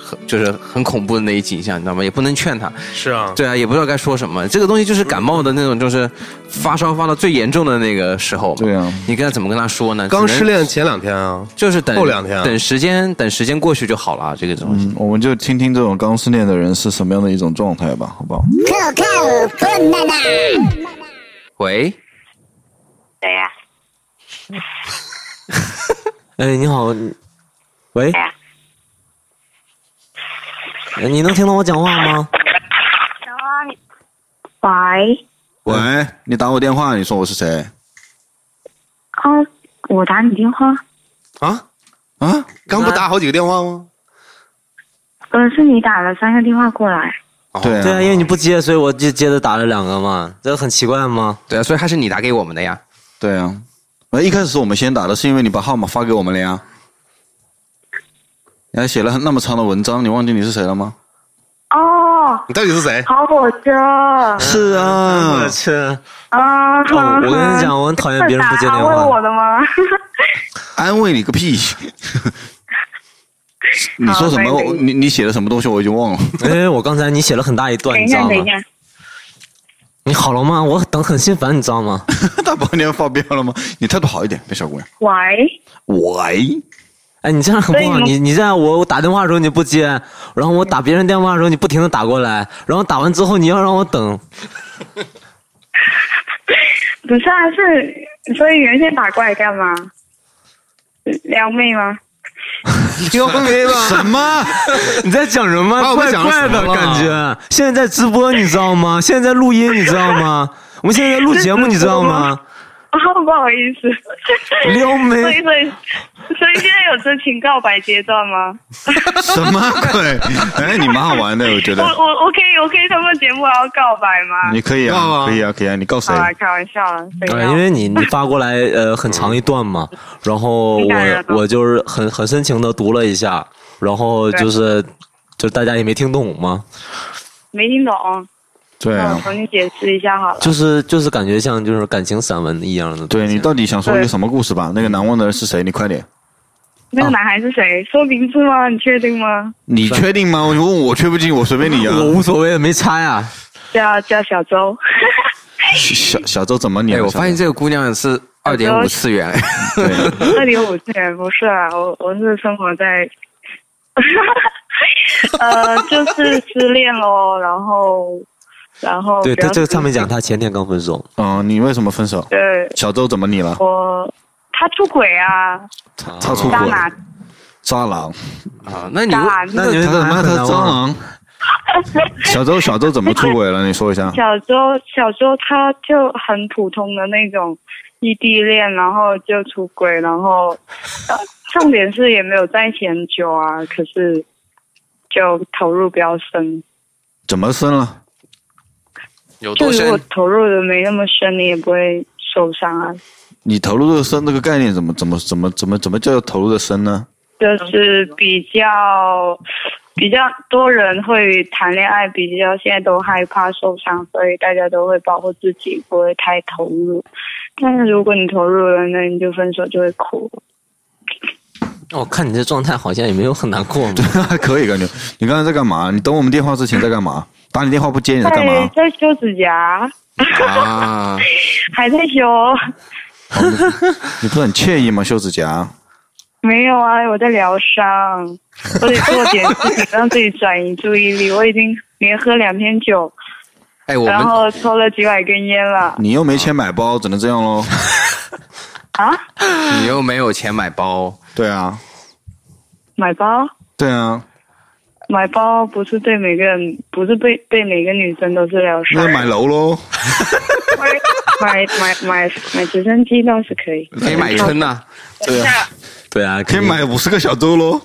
Speaker 5: 很就是很恐怖的那一景象，你知道吗？也不能劝他，
Speaker 4: 是啊，
Speaker 5: 对啊，也不知道该说什么。这个东西就是感冒的那种，就是发烧发到最严重的那个时候嘛。
Speaker 1: 对啊
Speaker 5: 你跟他怎么跟他说呢？
Speaker 4: 刚
Speaker 5: 只能
Speaker 4: 失恋前两天啊，
Speaker 5: 就是等
Speaker 4: 后两天啊
Speaker 5: 等时间等时间过去就好了，啊这个东西。
Speaker 1: 嗯，我们就听听这种刚失恋的人是什么样的一种状态吧，好不好？
Speaker 5: 喂，
Speaker 11: 谁呀、
Speaker 3: 哎，你好，你喂，
Speaker 11: 哎呀
Speaker 3: 哎你能听到我讲话
Speaker 4: 啊
Speaker 3: 吗？
Speaker 11: 喂，
Speaker 4: 嗯
Speaker 1: 喂，你打我电话，你说我是谁
Speaker 11: 哦，我打你电话，
Speaker 4: 啊，
Speaker 1: 啊？
Speaker 4: 刚不打好几个电话吗？
Speaker 11: 呃，是你打了三个电话过来，
Speaker 1: 对
Speaker 3: 对啊，因为你不接，所以我就接着打了两个嘛，这很奇怪吗？
Speaker 5: 对啊，所以还是你打给我们的呀。
Speaker 1: 对啊，那一开始是我们先打的，是因为你把号码发给我们了呀。你还写了那么长的文章，你忘记你是谁了吗？
Speaker 11: 哦，
Speaker 4: 你到底是谁？
Speaker 11: 跑火车，
Speaker 1: 是啊
Speaker 3: 我，去，哦，
Speaker 11: 啊、
Speaker 3: 我跟你讲，我很讨厌别人不接电
Speaker 11: 是打安慰
Speaker 3: 话
Speaker 11: 我。的吗？
Speaker 1: 安慰你个屁！你说什
Speaker 11: 好没
Speaker 1: 么？我
Speaker 11: 事
Speaker 1: 你你写的什么东西？我已经 忘了。
Speaker 3: 哎，我刚才你写了很大一段，
Speaker 11: 等
Speaker 3: 你
Speaker 11: 一
Speaker 3: 知
Speaker 11: 下，
Speaker 3: 道
Speaker 11: 等一
Speaker 3: 吗？
Speaker 11: 下，
Speaker 3: 你好了吗？我等很心烦，你知道吗？
Speaker 1: 大宝，你要发飙了吗？你态度好一点，别小姑娘。
Speaker 11: 喂，
Speaker 1: 喂，
Speaker 3: 哎，你这样很不好。
Speaker 11: 所以
Speaker 3: 你
Speaker 11: 你
Speaker 3: 你这样，我我打电话的时候你不接，然后我打别人电话的时候你不停的打过来，然后打完之后你要让我等，
Speaker 11: 不是啊，是，所以原先打过来干嘛？撩妹吗？
Speaker 4: 要分别吗？
Speaker 1: 什么？
Speaker 3: 你在讲什
Speaker 4: 把
Speaker 3: 么？
Speaker 4: 我们
Speaker 3: 怪
Speaker 4: 讲
Speaker 3: 怪
Speaker 4: 死
Speaker 3: 的
Speaker 4: 了
Speaker 3: 感觉。现在在直播，你知道吗？现在在录音，你知道吗？我们现在在录节目，你知道吗？
Speaker 11: 啊， 不好意思，
Speaker 1: 撩妹
Speaker 11: 所以所以所以现在有真情告白阶段吗？
Speaker 1: 什么鬼？哎，你蛮好玩的，我觉
Speaker 11: 我
Speaker 1: 得。
Speaker 11: 我我可以我可以通过节目然后告白吗？
Speaker 1: 你可以啊，可以啊，可以啊，你告
Speaker 11: 好啊，开玩笑了，谁
Speaker 3: 对，呃因为你你发过来呃很长一段嘛，然后
Speaker 11: 挺感人
Speaker 3: 我
Speaker 11: 的
Speaker 3: 我就是很很深情的读了一下，然后就是就是大家也没听懂嘛，
Speaker 11: 没听懂？
Speaker 1: 对啊
Speaker 11: 那我重新解释一下好了。
Speaker 3: 就是就是感觉像就是感情散文一样的。
Speaker 1: 对你到底想说一个什么故事吧？那个难忘的人是谁？你快点。
Speaker 11: 那个男孩是谁？说名字吗？你确定吗？
Speaker 1: 你确定吗？你问我确不确定，我随便你啊。
Speaker 3: 我无所谓，没差呀。
Speaker 11: 叫叫小周。
Speaker 1: 小小周怎么你？
Speaker 2: 哎，我发现这个姑娘是二点五次元。
Speaker 11: 二点五次元不是啊，我我是生活在，呃，就是失恋喽，然后，然后
Speaker 3: 对，
Speaker 11: 不要
Speaker 3: 他这个上面讲他前天刚分手。
Speaker 1: 嗯，你为什么分手？
Speaker 11: 对
Speaker 1: 小周怎么你了？
Speaker 11: 哦我他出轨啊，
Speaker 1: 他他出轨
Speaker 11: 渣，男，
Speaker 1: 蟑螂
Speaker 5: 啊？那
Speaker 11: 你渣那你
Speaker 1: 他
Speaker 11: 们
Speaker 1: 他妈
Speaker 11: 很
Speaker 1: 他
Speaker 11: 难
Speaker 1: 蟑
Speaker 11: 忘
Speaker 1: 螂？小周小周怎么出轨了？你说一下。
Speaker 11: 小时候小时候他就很普通的那种异地恋，然后就出轨，然后、呃重点是也没有在一起很久啊，可是就投入比较深。
Speaker 1: 怎么生了？
Speaker 5: 有
Speaker 11: 就如果投入的没那么深，你也不会受伤啊。
Speaker 1: 你投入的深这个概念怎么怎么怎么怎么怎么叫投入的深呢？
Speaker 11: 就是比较比较多人会谈恋爱，比较现在都害怕受伤，所以大家都会保护自己，不会太投入。但是如果你投入了，那你就分手就会哭。
Speaker 3: 我哦看你这状态好像也没有很难过嘛。
Speaker 1: 还 可以感觉。你刚才在干嘛？你等我们电话之前在干嘛？打你电话不接你在干
Speaker 11: 在
Speaker 1: 嘛？
Speaker 11: 在修指甲，
Speaker 1: 啊，
Speaker 11: 还在啊修？
Speaker 1: 你不是很惬意吗？修指甲，
Speaker 11: 没有啊，我在疗伤，我得做点事情让自己转移注意力。我已经连喝两天酒，
Speaker 1: 哎
Speaker 11: 然后抽了几百根烟了。
Speaker 1: 你又没钱买包，只能这样喽。
Speaker 11: 啊？
Speaker 1: 你又没有钱买包？对啊，
Speaker 11: 买包，
Speaker 1: 对啊，
Speaker 11: 买包不是对每个人，不是对对每个女生都是疗伤
Speaker 1: 那。买楼喽，
Speaker 11: 买买买买直升机倒是可以，
Speaker 1: 可以买
Speaker 5: 春
Speaker 1: 呐、对啊，
Speaker 3: 对啊，
Speaker 1: 可以买五十个小周喽，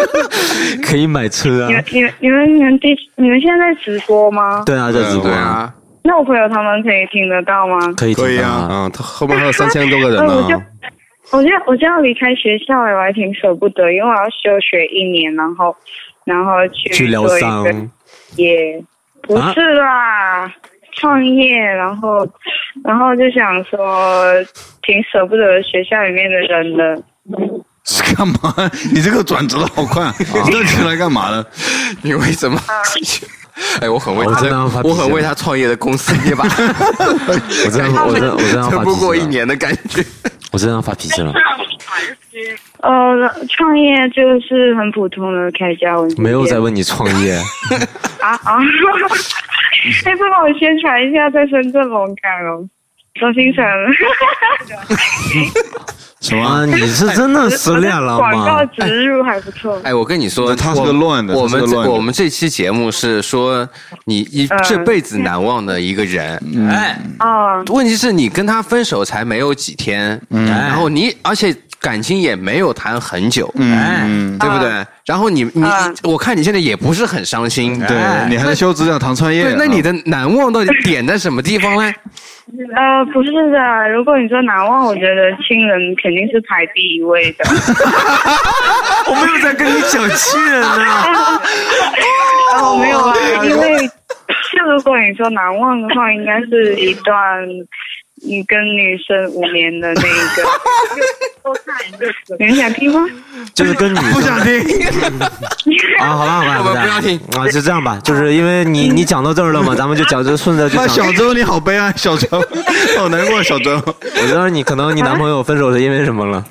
Speaker 3: 可以买车啊
Speaker 11: 你们你们你们你们第你们现在在直播吗？
Speaker 3: 对啊，在直播啊，
Speaker 4: 嗯
Speaker 11: 那我朋友他们可以听得到吗？
Speaker 3: 可以
Speaker 4: 可以啊，嗯，他后面还有三千多个人
Speaker 3: 啊
Speaker 11: 哎我就
Speaker 4: 呢。
Speaker 11: 我现在我现在要离开学校了，我还挺舍不得，因为我要休学一年，然后然后去
Speaker 3: 去疗
Speaker 11: 做一
Speaker 3: 伤
Speaker 11: 个，也不是啦，创业，然后然后就想说挺舍不得学校里面的人的。
Speaker 1: 是干嘛？你这个转折的好快，啊 你到底是来干嘛的？
Speaker 2: 你为什 么？哎，我很为
Speaker 1: 我
Speaker 2: 他
Speaker 1: 真的要
Speaker 2: 的，
Speaker 1: 发脾气了
Speaker 2: 我很为他创业的公司捏把汗。我
Speaker 3: 真的我真的我真的要发脾气了
Speaker 2: 不过一年的感觉。
Speaker 3: 我真的要发脾气 了，
Speaker 11: 呃，创业就是很普通的开一家文具店
Speaker 3: 没有在问你创 业，
Speaker 11: 啊 啊！哎，不帮我宣传一下，在深圳龙岗哦，周星辰。
Speaker 1: 什
Speaker 3: 么？你是真的失恋了
Speaker 11: 广告
Speaker 3: 吗？
Speaker 11: 植入还不错。
Speaker 2: 哎，我跟你说，
Speaker 1: 他是个
Speaker 2: 我
Speaker 1: 乱的
Speaker 2: 我
Speaker 1: 他是
Speaker 2: 们
Speaker 1: 个
Speaker 2: 这
Speaker 1: 乱的
Speaker 2: 我们这期节目是说你一
Speaker 11: 嗯
Speaker 2: 这辈子难忘的一个人。
Speaker 1: 嗯
Speaker 2: 哎，
Speaker 11: 啊，
Speaker 2: 问题是你跟他分手才没有几天，
Speaker 1: 嗯
Speaker 2: 然后你而且感情也没有谈很久，
Speaker 1: 嗯
Speaker 2: 哎，对不对？然后你你我看你现在也不是很伤心，
Speaker 1: 对
Speaker 2: 哎
Speaker 1: 你还在修指甲糖创业
Speaker 2: 对，那
Speaker 1: 啊
Speaker 2: 你的难忘到底点在什么地方呢？
Speaker 11: 呃，不是的，如果你说难忘，我觉得亲人肯定是排第一位的。
Speaker 3: 我没有在跟你讲亲人啊。
Speaker 11: 哦，没有啊，因为就如果你说难忘的话，应该是一段你跟女生五年的那一个。你们想听吗？
Speaker 3: 就是跟女生不想
Speaker 2: 听
Speaker 3: 啊，好吧，好吧，
Speaker 2: 我们不要听
Speaker 3: 啊，就这样吧，就是因为 你你讲到这儿了嘛，咱们就讲就顺着就
Speaker 1: 那
Speaker 3: 讲。
Speaker 1: 小周你好悲哀，小周好难过，小周。
Speaker 3: 我知道你可能你男朋友分手是因为什么了。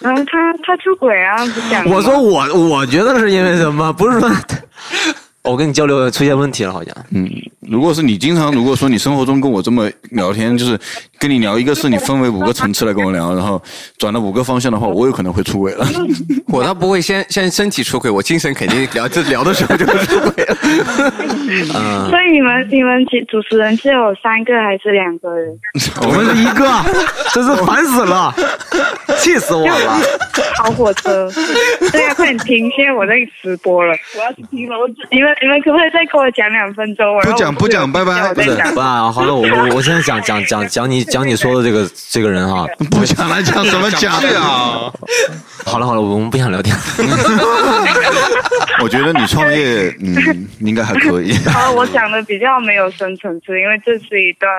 Speaker 11: 然后他他出轨啊，不讲。
Speaker 3: 我说我我觉得是因为什么，不是说 我跟你交流出现问题了，好像。
Speaker 1: 嗯，如果是你经常，如果说你生活中跟我这么聊天，就是跟你聊，一个是你分为五个层次来跟我聊，然后转了五个方向的话，我有可能会出轨了。
Speaker 2: 我倒不会先先身体出轨，我精神肯定聊这聊的时候就会出轨了。嗯，
Speaker 11: 所以你们你们其主持人是有三个还是两个人？
Speaker 3: 我们是一个，啊真是烦死了，气死我了。
Speaker 11: 跑啊火车，对呀、快点停！现在我在直播了，我要去听了。我只你们你们可不可以再给我讲两分钟？我
Speaker 3: 不讲不讲，拜拜。不
Speaker 11: 不
Speaker 3: 是
Speaker 11: 讲，
Speaker 3: 爸，啊好了，我我我现在讲讲讲讲你讲你说的这个这个人哈，
Speaker 1: 不讲了，讲什么讲？
Speaker 3: 是啊。 好了好了，我们不想聊天。
Speaker 1: 我觉得 你创 业，嗯，应该还可以。
Speaker 11: 啊，我讲的比较没有深层次，因为这是一段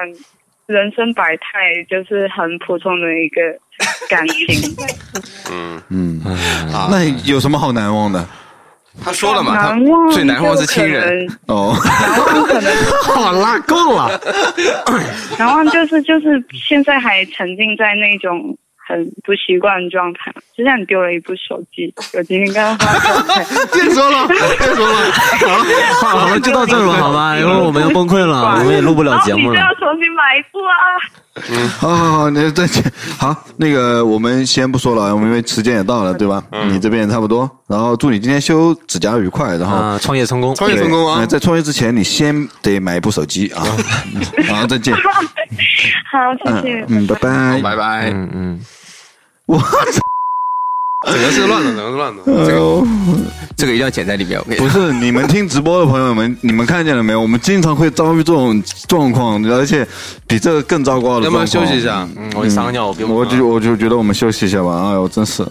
Speaker 11: 人生百态，就是很普通的一个感情。
Speaker 1: 嗯 嗯，那有什么好难忘的？
Speaker 2: 他说了
Speaker 11: 嘛他难忘最难忘是亲人
Speaker 1: 哦。
Speaker 3: 好啦，够了。
Speaker 11: 然后就是就是现在还沉浸在那种很不习惯的状态，就像你丢了一部手机，我今天刚刚发现。
Speaker 1: 别 说了，别说了，好了
Speaker 3: 好了，就到这儿了，好吧？一会儿我们要崩溃了，我们也录不了节目
Speaker 11: 你就
Speaker 3: 了。
Speaker 11: 要重新买一部啊！
Speaker 1: 嗯，好好好，那再见。好，那个我们先不说了，我们因为时间也到了，对吧？
Speaker 3: 嗯
Speaker 1: 你这边也差不多。然后祝你今天修指甲愉快，然后、
Speaker 3: 啊创业成功
Speaker 1: 对
Speaker 3: 创业成功啊
Speaker 1: 呃在创业之前，你先得买一部手机 啊。嗯好，再见。
Speaker 11: 好，谢谢
Speaker 1: 嗯。嗯，拜拜，拜
Speaker 2: 拜。
Speaker 1: 嗯嗯，我操。
Speaker 4: 整个是乱的，整个是乱的。
Speaker 2: 哎
Speaker 1: 这个
Speaker 2: 这个一定要剪在里面。我跟你
Speaker 1: 不是你们听直播的朋友们，你们看见了没有？我们经常会遭遇这种状况，而且比这个更糟糕的
Speaker 4: 要不
Speaker 1: 状
Speaker 4: 要
Speaker 1: 况。
Speaker 4: 休息一下
Speaker 1: 嗯
Speaker 4: 嗯我去撒个尿
Speaker 1: 我
Speaker 4: 我憋不住了
Speaker 1: 就我就觉得我们休息一下吧。哎呦，真是。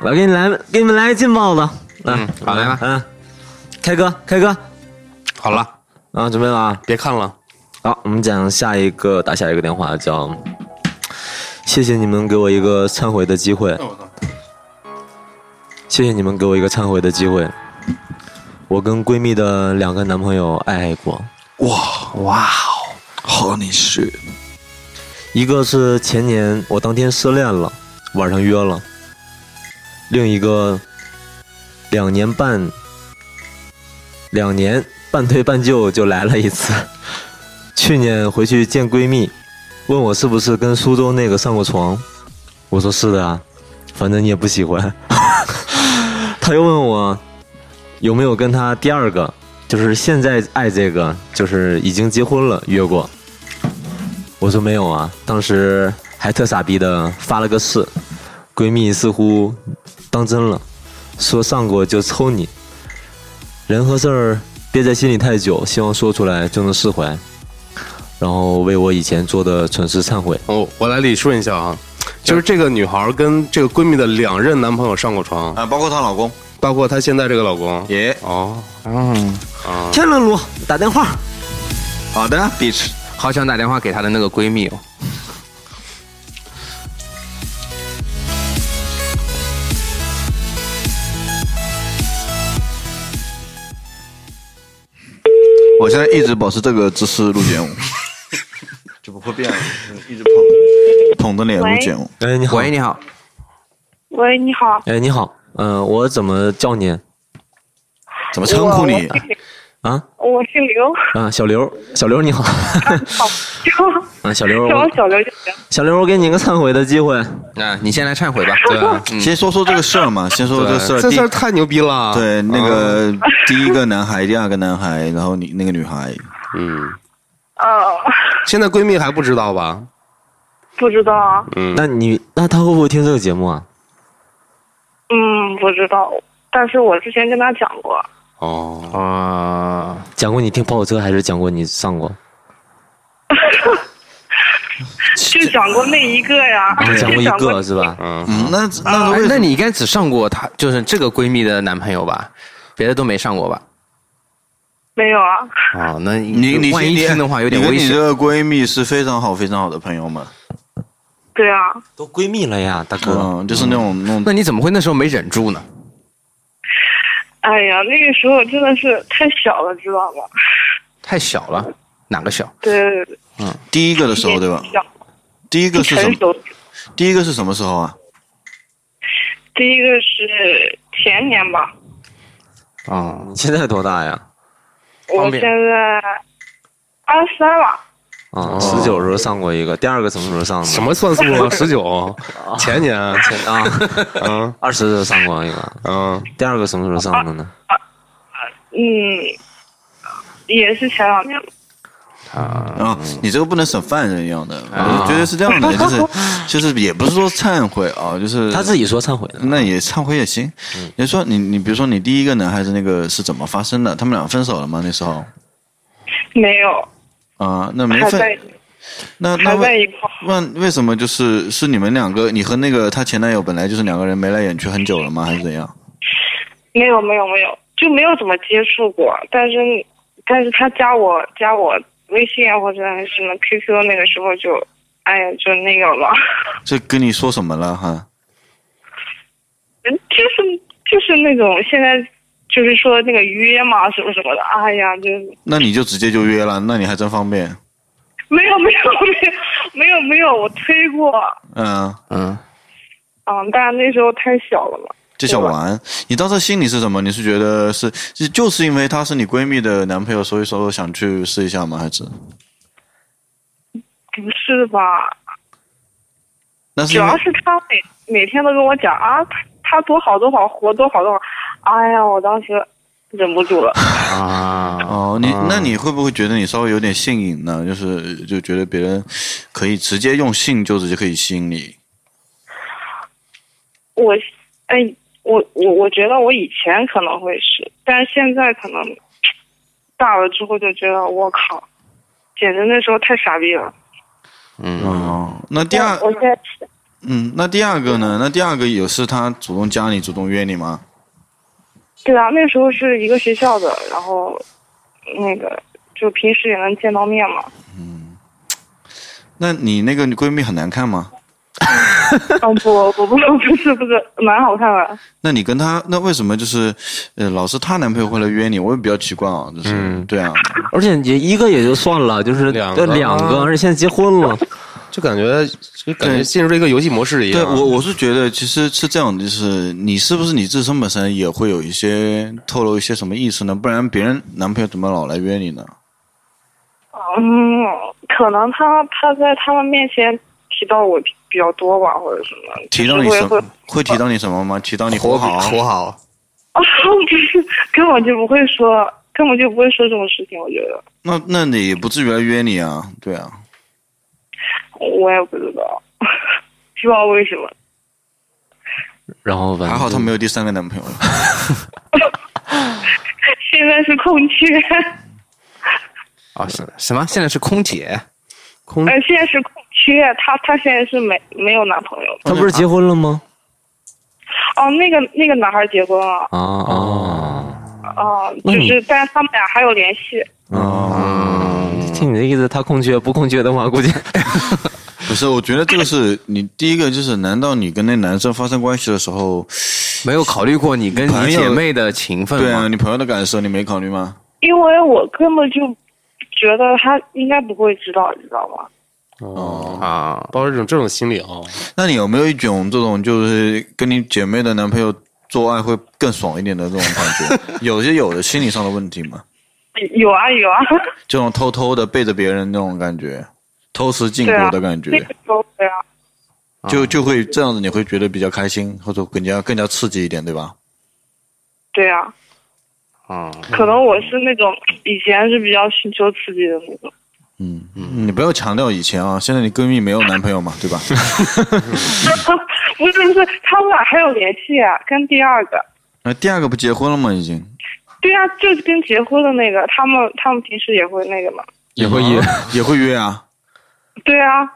Speaker 3: 来，给你来，给你们来个劲爆的。嗯，好来吧。嗯，开哥，开哥，好了，啊，准备了啊，别看了。好，我们讲下一个，打下一个电话，叫谢谢你们给我一个忏悔的机会。谢谢你们给我一个忏悔的机会。我跟闺蜜的两个男朋友爱过。哇哇哦，好你是。一个是前年我当天失恋了，晚上约了；另一个两年半，两年半推半就就来了一次。去年回去见闺蜜，问我是不是跟苏州那个上过床，我说是的啊，反正你也不喜欢。 她又问我有没有跟她第二个，就是现在爱这个，就是已经结婚了约过。我说没有啊，当时还特傻逼的发了个誓，闺蜜似乎当真了，说上过就抽你。人和事儿憋在心里太久，希望说出来就能释怀，然后为我以前做的蠢事忏悔。
Speaker 4: 哦，我来理顺一下啊，就是这个女孩跟这个闺蜜的两任男朋友上过床
Speaker 1: 啊，包括她老公，
Speaker 4: 包括她现在这个老公。
Speaker 1: 耶，
Speaker 4: 哦，
Speaker 2: 嗯
Speaker 4: 啊，
Speaker 3: 天伦路打电话，
Speaker 1: 好的
Speaker 2: ，bitch，好想打电话给她的那个闺蜜哦。
Speaker 1: 我现在一直保持这个姿势录节目，就不会变了，一直捧捧着脸录节目。
Speaker 3: 哎，你好，喂，
Speaker 2: 你好，
Speaker 11: 喂，你好，
Speaker 3: 哎，你好，嗯、我怎么叫你？
Speaker 1: 怎
Speaker 11: 么称呼你我我姓
Speaker 3: 啊
Speaker 11: 我姓刘，
Speaker 3: 啊，小刘，小刘你好， 啊，小刘，
Speaker 11: 叫
Speaker 3: 我
Speaker 11: 我小刘就行。
Speaker 3: 小刘，我给你一个忏悔的机会。
Speaker 2: 啊，你先来忏悔吧。对吧？嗯
Speaker 1: 先说说这个事 儿嘛，先说说这个事儿。
Speaker 4: 这事儿
Speaker 1: 第
Speaker 4: 太牛逼了。啊
Speaker 1: 对，那个第一个男孩，第二个男孩，然后你那个女孩，
Speaker 4: 嗯，
Speaker 11: 呃，
Speaker 4: 现在闺蜜还不知道吧？
Speaker 11: 不知道啊，
Speaker 4: 嗯，
Speaker 3: 那你那他会不会听这个节目啊？
Speaker 11: 嗯，不知道。但是我之前跟他讲过，
Speaker 4: 哦
Speaker 3: 啊，讲过你听跑火车还是讲过你上过？
Speaker 11: 就讲过那一个呀，
Speaker 2: 啊讲
Speaker 11: 就
Speaker 2: 过一
Speaker 11: 讲
Speaker 2: 个
Speaker 11: 过
Speaker 2: 是吧？
Speaker 1: 嗯，那那
Speaker 2: 那你应该只上过她，就是这个闺蜜的男朋友吧？别的都没上过吧？
Speaker 11: 没有啊？
Speaker 2: 哦，那
Speaker 1: 你你
Speaker 2: 万一听的话有点
Speaker 1: 你跟
Speaker 2: 危
Speaker 1: 你这
Speaker 2: 险。
Speaker 1: 个闺蜜是非常好非常好的朋友嘛？
Speaker 11: 对啊，
Speaker 3: 都闺蜜了呀，大哥。
Speaker 1: 嗯，就是那种那种。
Speaker 2: 那你怎么会那时候没忍住呢？
Speaker 11: 哎呀，那个时候真的是太小了，知道吗？
Speaker 2: 太小了，哪个小？
Speaker 11: 对，
Speaker 1: 嗯，第一个的时候对吧？
Speaker 11: 小。
Speaker 1: 第一个是什
Speaker 11: 成
Speaker 1: 么
Speaker 11: 熟？
Speaker 1: 第一个是什么时候啊？
Speaker 11: 第一个是前年吧，
Speaker 3: 啊，你现在多大呀？
Speaker 11: 我
Speaker 3: 方便
Speaker 11: 现在二十三了，
Speaker 3: 啊，十九时候上过一个，第二个什么时候上的？
Speaker 4: 什么算数 啊？十九，前年
Speaker 3: 前啊，嗯， 二十时候上过一个，
Speaker 4: 嗯，
Speaker 3: 第二个什么时候上的呢？
Speaker 5: 嗯，也是前两年。
Speaker 1: 啊，你这个不能审犯人一样的，我觉得是这样 的，就是就是也不是说忏悔啊，就是
Speaker 3: 他自己说忏悔的，
Speaker 1: 那也忏悔也行。你说你你比如说你第一个男孩子那个是怎么发生的？他们俩分手了吗？那时候
Speaker 5: 没有，
Speaker 1: 啊，那没
Speaker 5: 还
Speaker 1: 分，
Speaker 5: 在
Speaker 1: 那那
Speaker 5: 还在一
Speaker 1: 为
Speaker 5: 块
Speaker 1: 问为什么就是是你们两个，你和那个她前男友本来就是两个人眉来眼去很久了吗？还是怎样？
Speaker 5: 没有没有没有，就没有怎么接触过。但是但是他加我加我微信啊，或者还是什么 QQ，那个时候就哎呀就那个了，
Speaker 1: 这跟你说什么了哈？
Speaker 5: 就是就是那种现在就是说那个约嘛什么什么的，哎呀就是。
Speaker 1: 那你就直接就约了，那你还真方便。
Speaker 5: 没有没有没有没有没有，我推过，
Speaker 1: 嗯嗯，
Speaker 5: 嗯，但是那时候太小了嘛。
Speaker 1: 这小玩，你当时心里是什么？你是觉得是是就是因为他是你闺蜜的男朋友，所以说想去试一下吗？还是
Speaker 5: 不是吧？
Speaker 1: 那
Speaker 5: 主
Speaker 1: 是因
Speaker 5: 要
Speaker 1: 为
Speaker 5: 是他每每天都跟我讲啊，他他多好多好，活多好多好，哎呀，我当时忍不住了。
Speaker 1: 啊 哦，你那你会不会觉得你稍微有点性瘾呢？就是就觉得别人可以直接用性就直接可以吸引你，
Speaker 5: 我，哎，我我我觉得我以前可能会是，但是现在可能大了之后就觉得我靠，简直那时候太傻逼了。
Speaker 1: 嗯哦，那第二
Speaker 5: 我现在
Speaker 1: 嗯，那第二个呢？那第二个有是他主动加你，主动约你吗？
Speaker 5: 对啊，那时候是一个学校的，然后那个就平时也能见到面 嘛。
Speaker 1: 那你那个闺蜜很难看吗？
Speaker 5: 嗯，不，我不不不是不是，蛮好看的。
Speaker 1: 那你跟她那为什么就是呃老是她男朋友会来约你？我也比较奇怪啊，就是、对啊，
Speaker 3: 而且也一个也就算了，就是
Speaker 4: 啊
Speaker 3: 两
Speaker 1: 个
Speaker 3: 两个，而且现在结婚了，
Speaker 4: 就感觉就感觉
Speaker 1: 对
Speaker 4: 进入这个游戏模式一样。
Speaker 1: 对我我是觉得其实是这样的，就是你是不是你自身本身也会有一些透露一些什么意思呢？不然别人男朋友怎么老来约你呢？
Speaker 5: 嗯，可能他他在他们面前提到我比比较多吧，或者什么。
Speaker 1: 提到你
Speaker 5: 就是
Speaker 1: 什
Speaker 5: 会会
Speaker 1: 么？会提到你什么吗？提到你
Speaker 6: 活
Speaker 1: 好
Speaker 6: 比活
Speaker 1: 好，
Speaker 5: 啊，不是，根本就不会说，根本就不会说这种事情。我觉得
Speaker 1: 那那你也不至于来约你啊？对啊，
Speaker 5: 我也不知道，不知道为什么。
Speaker 3: 然后
Speaker 1: 还好她没有第三个男朋友了。
Speaker 5: 现在是空缺，
Speaker 2: 啊，什什么？现在是空姐？空
Speaker 5: 呃，现在是空缺，她她现在是没没有男朋友。
Speaker 3: 他不是结婚了吗？
Speaker 5: 哦，那个那个男孩结婚了，
Speaker 3: 啊啊
Speaker 5: 哦、
Speaker 3: 那
Speaker 5: 就
Speaker 3: 你
Speaker 5: 是，但是他们俩还有联系。
Speaker 3: 啊！听你的意思，他空缺不空缺的话，估计
Speaker 1: 不是，我觉得这个是你第一个，就是难道你跟那男生发生关系的时候，
Speaker 6: 没有考虑过你跟
Speaker 1: 朋
Speaker 6: 你
Speaker 1: 友
Speaker 6: 姐妹的情分
Speaker 1: 对
Speaker 6: 吗
Speaker 1: 啊，你朋友的感受你没考虑吗？
Speaker 5: 因为我根本就觉得他应该不会知道，你知道吗？
Speaker 4: 哦
Speaker 6: 啊，
Speaker 4: 抱着这种这种心理啊、
Speaker 1: 那你有没有一种这种就是跟你姐妹的男朋友做爱会更爽一点的这种感 觉？有些有的心理上的问题嘛，
Speaker 5: 有啊有啊，
Speaker 1: 这种偷偷的背着别人那种感觉，偷食禁
Speaker 5: 对啊
Speaker 1: 果的感觉，
Speaker 5: 那个时候对啊，
Speaker 1: 就就会这样子，你会觉得比较开心，或者更加更加刺激一点，对吧？
Speaker 5: 对啊，
Speaker 1: 啊，
Speaker 6: 哦
Speaker 5: 可能我是那种以前是比较寻求刺激的那种。
Speaker 1: 嗯你不要强调以前啊，现在你闺蜜没有男朋友嘛，对 吧？
Speaker 5: 不是不是，他们俩还有联系啊，跟第二个，
Speaker 1: 那第二个不结婚了吗？已经。
Speaker 5: 对啊，就是跟结婚的那个，他们他们平时也会那个嘛。
Speaker 1: 也会约，也会约啊！
Speaker 5: 对啊，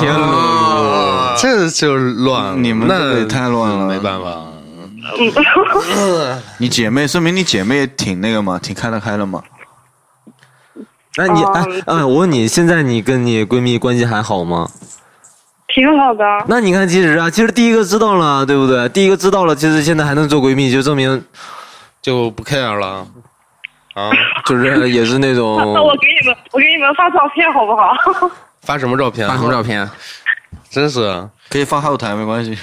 Speaker 1: 天哪，这就乱了，你们这也太乱了，啊没办
Speaker 4: 法。
Speaker 5: 嗯，
Speaker 1: 你姐妹，说明你姐妹也挺那个嘛，挺看得开了嘛。
Speaker 3: 那
Speaker 5: 嗯
Speaker 3: 你哎哎，我问你，现在你跟你闺蜜关系还好吗？
Speaker 5: 挺好的啊。
Speaker 3: 那你看，其实啊，其实第一个知道了，对不对？第一个知道了，其实现在还能做闺蜜，就证明
Speaker 4: 就不 care 了啊！
Speaker 3: 就是也是那
Speaker 5: 那 那我
Speaker 3: 种
Speaker 5: 给你们，我给你们发照片好不好？
Speaker 3: 啊
Speaker 4: 发什么照片、啊
Speaker 6: 发什么照片、
Speaker 4: 真是
Speaker 1: 可以放后台没关系。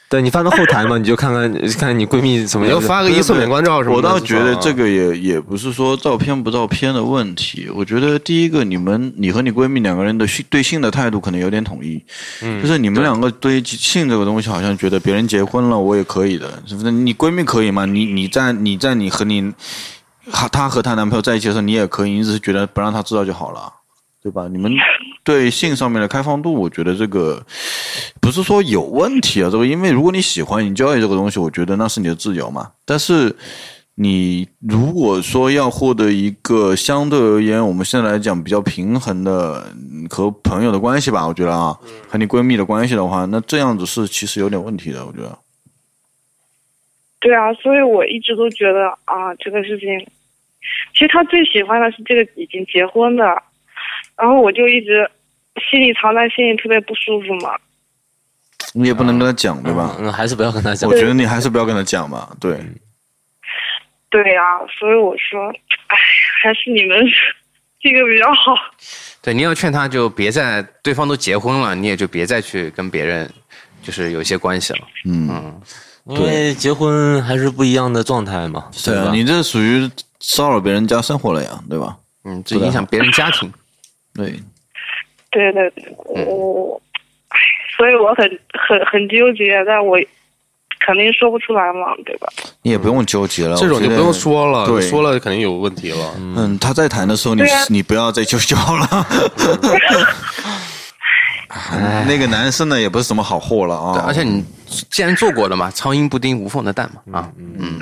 Speaker 3: 对你发到后台嘛，你就看看看看你闺蜜怎么
Speaker 4: 你
Speaker 3: 样。
Speaker 4: 要发个一次免关照什么
Speaker 1: 我
Speaker 4: 的
Speaker 1: 倒觉
Speaker 4: 啊
Speaker 1: 得这个也也不是说照片不照片的问题，我觉得第一个，你们你和你闺蜜两个人的性对性的态度可能有点统一，
Speaker 4: 嗯
Speaker 1: 就是你们两个对于性这个东西，好像觉得别人结婚了我也可以的，是不是？你闺蜜可以吗？你你在你在你和你她她和她男朋友在一起的时候，你也可以，你只是觉得不让她知道就好了。对吧？你们对性上面的开放度，我觉得这个不是说有问题啊，这个因为如果你喜欢，你就要有这个东西，我觉得那是你的自由嘛。但是你如果说要获得一个相对而言，我们现在来讲比较平衡的嗯和朋友的关系吧，我觉得啊，和你闺蜜的关系的话，那这样子是其实有点问题的，我觉得。
Speaker 9: 对啊，所以我一直都觉得啊，这个事情，其实他最喜欢的是这个已经结婚的，然后我就一直心里藏在心里，特别不舒服嘛。
Speaker 1: 你也不能跟她讲，对吧？
Speaker 3: 嗯，还是不要跟她
Speaker 1: 讲。我觉得你还是不要跟她讲吧，对。
Speaker 9: 对呀、所以我说，哎，还是你们 这个比较好。
Speaker 2: 对，你要劝他就别再，对方都结婚了，你也就别再去跟别人就是有一些关系了。
Speaker 1: 嗯，
Speaker 3: 因为结婚还是不一样的状态嘛。
Speaker 1: 对啊，
Speaker 3: 吧
Speaker 1: 你这属于骚扰别人家生活了呀，对吧？
Speaker 2: 嗯，
Speaker 1: 这影响别人家庭。对，
Speaker 9: 对对对，我我，哎，所以我很很很纠结，但我肯定说不出来嘛，对吧？
Speaker 1: 你也不用纠结了，
Speaker 4: 这种就
Speaker 1: 我觉
Speaker 4: 不
Speaker 1: 得
Speaker 4: 用说了，
Speaker 1: 对，
Speaker 4: 说了肯定有问题了。
Speaker 1: 嗯，他在谈的时候，你
Speaker 4: 对啊
Speaker 1: 你不要再纠结了。
Speaker 2: 哎
Speaker 1: 那个男生呢，也不是什么好货了啊。
Speaker 2: 对，而且你既然做过了嘛，苍蝇不叮无缝的蛋嘛，啊，嗯，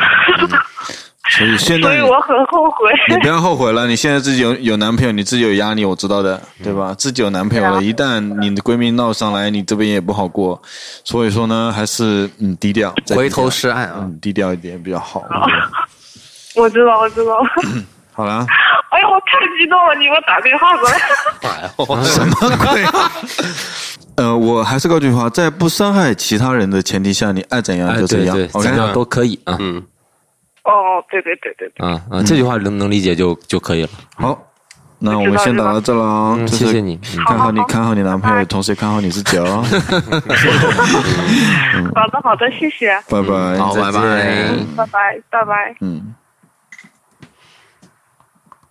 Speaker 1: 所以现
Speaker 9: 所
Speaker 1: 在
Speaker 9: 以我很后悔。
Speaker 1: 你不要后悔了，你现在自己有有男朋友，你自己有压力，我知道的，对吧？自己有男朋友
Speaker 9: 啊
Speaker 1: 了，一旦你的闺蜜闹上来，你这边也不好过。所以说呢，还是嗯低调，再低调
Speaker 2: 回头是岸啊，
Speaker 1: 嗯低调一点比较
Speaker 9: 哦
Speaker 1: 好。
Speaker 9: 我知道，我 知道。
Speaker 1: 好了，
Speaker 9: 哎呀，我太激动了，你给我打电话过来。
Speaker 1: 什么鬼？啊 呃，我还是告句话，在不伤害其他人的前提下，你爱怎样
Speaker 3: 哎，
Speaker 1: 就怎
Speaker 3: 对
Speaker 1: 样
Speaker 3: 对，
Speaker 1: ，OK
Speaker 3: 怎样都可以啊。
Speaker 4: 嗯
Speaker 9: 哦，对对对对对，
Speaker 3: 啊啊，这句话能能理解就就可以了。
Speaker 1: 好，那我们先打到这了啊，
Speaker 3: 嗯
Speaker 1: 就是
Speaker 3: 谢谢你嗯
Speaker 1: 看好你，看好你男朋友，同时也看好你自己哦。
Speaker 9: 好的好的，谢谢。
Speaker 1: 拜拜，
Speaker 2: 好
Speaker 1: 再见
Speaker 2: 拜拜。
Speaker 9: 拜拜拜拜。
Speaker 1: 嗯，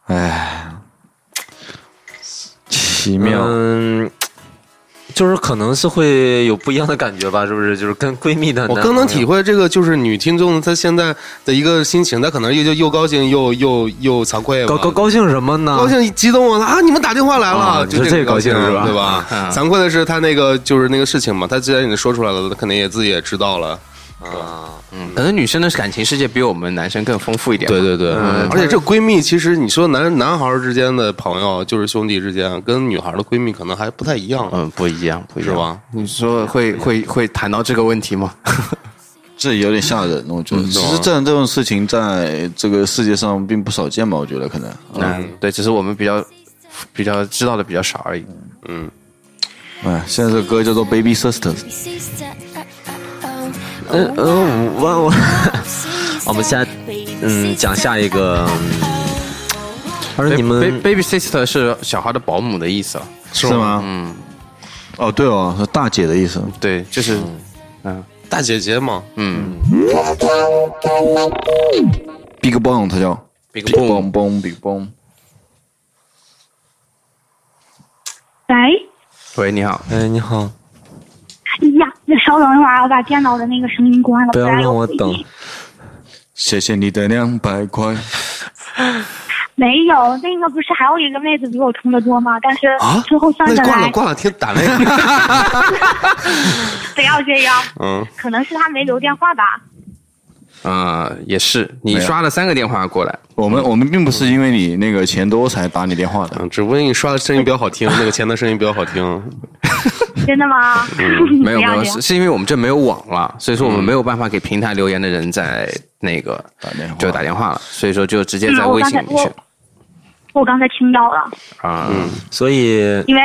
Speaker 1: 哎，奇妙。
Speaker 3: 嗯，就是可能是会有不一样的感觉吧，是不是？就是跟闺蜜的，
Speaker 4: 我更能体。会这个，就是女听众她现在的一个心情，她可能又又又高兴又又又惭愧吧
Speaker 3: 高高高兴什么呢？
Speaker 4: 高兴激动啊！啊，你们打电话来了，
Speaker 3: 啊
Speaker 4: 就
Speaker 3: 你说这
Speaker 4: 个
Speaker 3: 个
Speaker 4: 高兴
Speaker 3: 高兴是吧
Speaker 4: 对吧？
Speaker 3: 嗯
Speaker 4: 惭愧的是，她那个就是那个事情嘛，她既然已经说出来了，她肯定也自己也知道了。啊，嗯，
Speaker 2: 可能女生的感情世界比我们男生更丰富一点嘛。
Speaker 4: 对对对，
Speaker 2: 嗯
Speaker 4: 而且这闺蜜其实你说男男孩之间的朋友就是兄弟之间，跟女孩的闺蜜可能还不太一样，
Speaker 2: 嗯，不一样，不一
Speaker 4: 是
Speaker 2: 样
Speaker 4: 吧？
Speaker 2: 你说会会会谈到这个问题吗？
Speaker 1: 这有点吓人，我觉得。
Speaker 2: 嗯
Speaker 1: 其实这样这种事情在这个世界上并不少见吧，我觉得可能。啊
Speaker 2: 嗯，对，只是我们比较比较知道的比较少而已。
Speaker 4: 嗯，
Speaker 1: 哎，现在这个歌叫做《Baby Sisters》。
Speaker 3: 嗯嗯，我我我， 我们下嗯讲下一个。而你们
Speaker 2: Ba- baby 嗯 sister 是小孩的保姆的意思啊了，
Speaker 1: 是吗？
Speaker 2: 嗯，
Speaker 1: 哦，对哦，是大姐的意思。
Speaker 2: 对，就是嗯，
Speaker 4: 大姐姐嘛，
Speaker 2: 嗯
Speaker 1: ，Big Bang，它叫
Speaker 2: Big
Speaker 1: Bang Bang，Big Bang。
Speaker 12: 喂，
Speaker 2: 喂，你好，
Speaker 3: 哎，你好，
Speaker 12: 哎呀，那稍等一会儿啊，我把电脑的那个声音关了，
Speaker 1: 不要
Speaker 12: 然
Speaker 1: 让
Speaker 12: 有
Speaker 1: 我
Speaker 12: 回音
Speaker 1: 等。谢谢你的两百块。
Speaker 12: 没有，那个不是还有一个妹子比我充的多吗？但是
Speaker 4: 啊
Speaker 12: 最后算
Speaker 4: 那
Speaker 12: 下
Speaker 4: 挂
Speaker 12: 来
Speaker 4: 了，挂了，听打那个，
Speaker 12: 不要这样，
Speaker 4: 嗯
Speaker 12: 可能是她没留电话吧。
Speaker 2: 啊，也是，你刷了三个电话过来，
Speaker 1: 我们我们并不是因为你那个钱多才打你电话的，
Speaker 4: 只不过你刷的声啊音比较好 听，那个钱的声音比较好听。
Speaker 12: 真的吗？
Speaker 2: 嗯没有没
Speaker 12: 不嗯要嗯
Speaker 2: 有，
Speaker 12: 这样
Speaker 2: 是是因为我们这没有网了，所以说我们没有办法给平台留言的人在那个打
Speaker 1: 电话，
Speaker 2: 就打电话了，所以说就直接在
Speaker 12: 嗯，我
Speaker 2: 微
Speaker 12: 刚
Speaker 2: 信
Speaker 12: 才
Speaker 2: 里去
Speaker 12: 我我刚才听到了，
Speaker 2: 啊，
Speaker 3: 所
Speaker 1: 呃
Speaker 3: 以
Speaker 12: 因为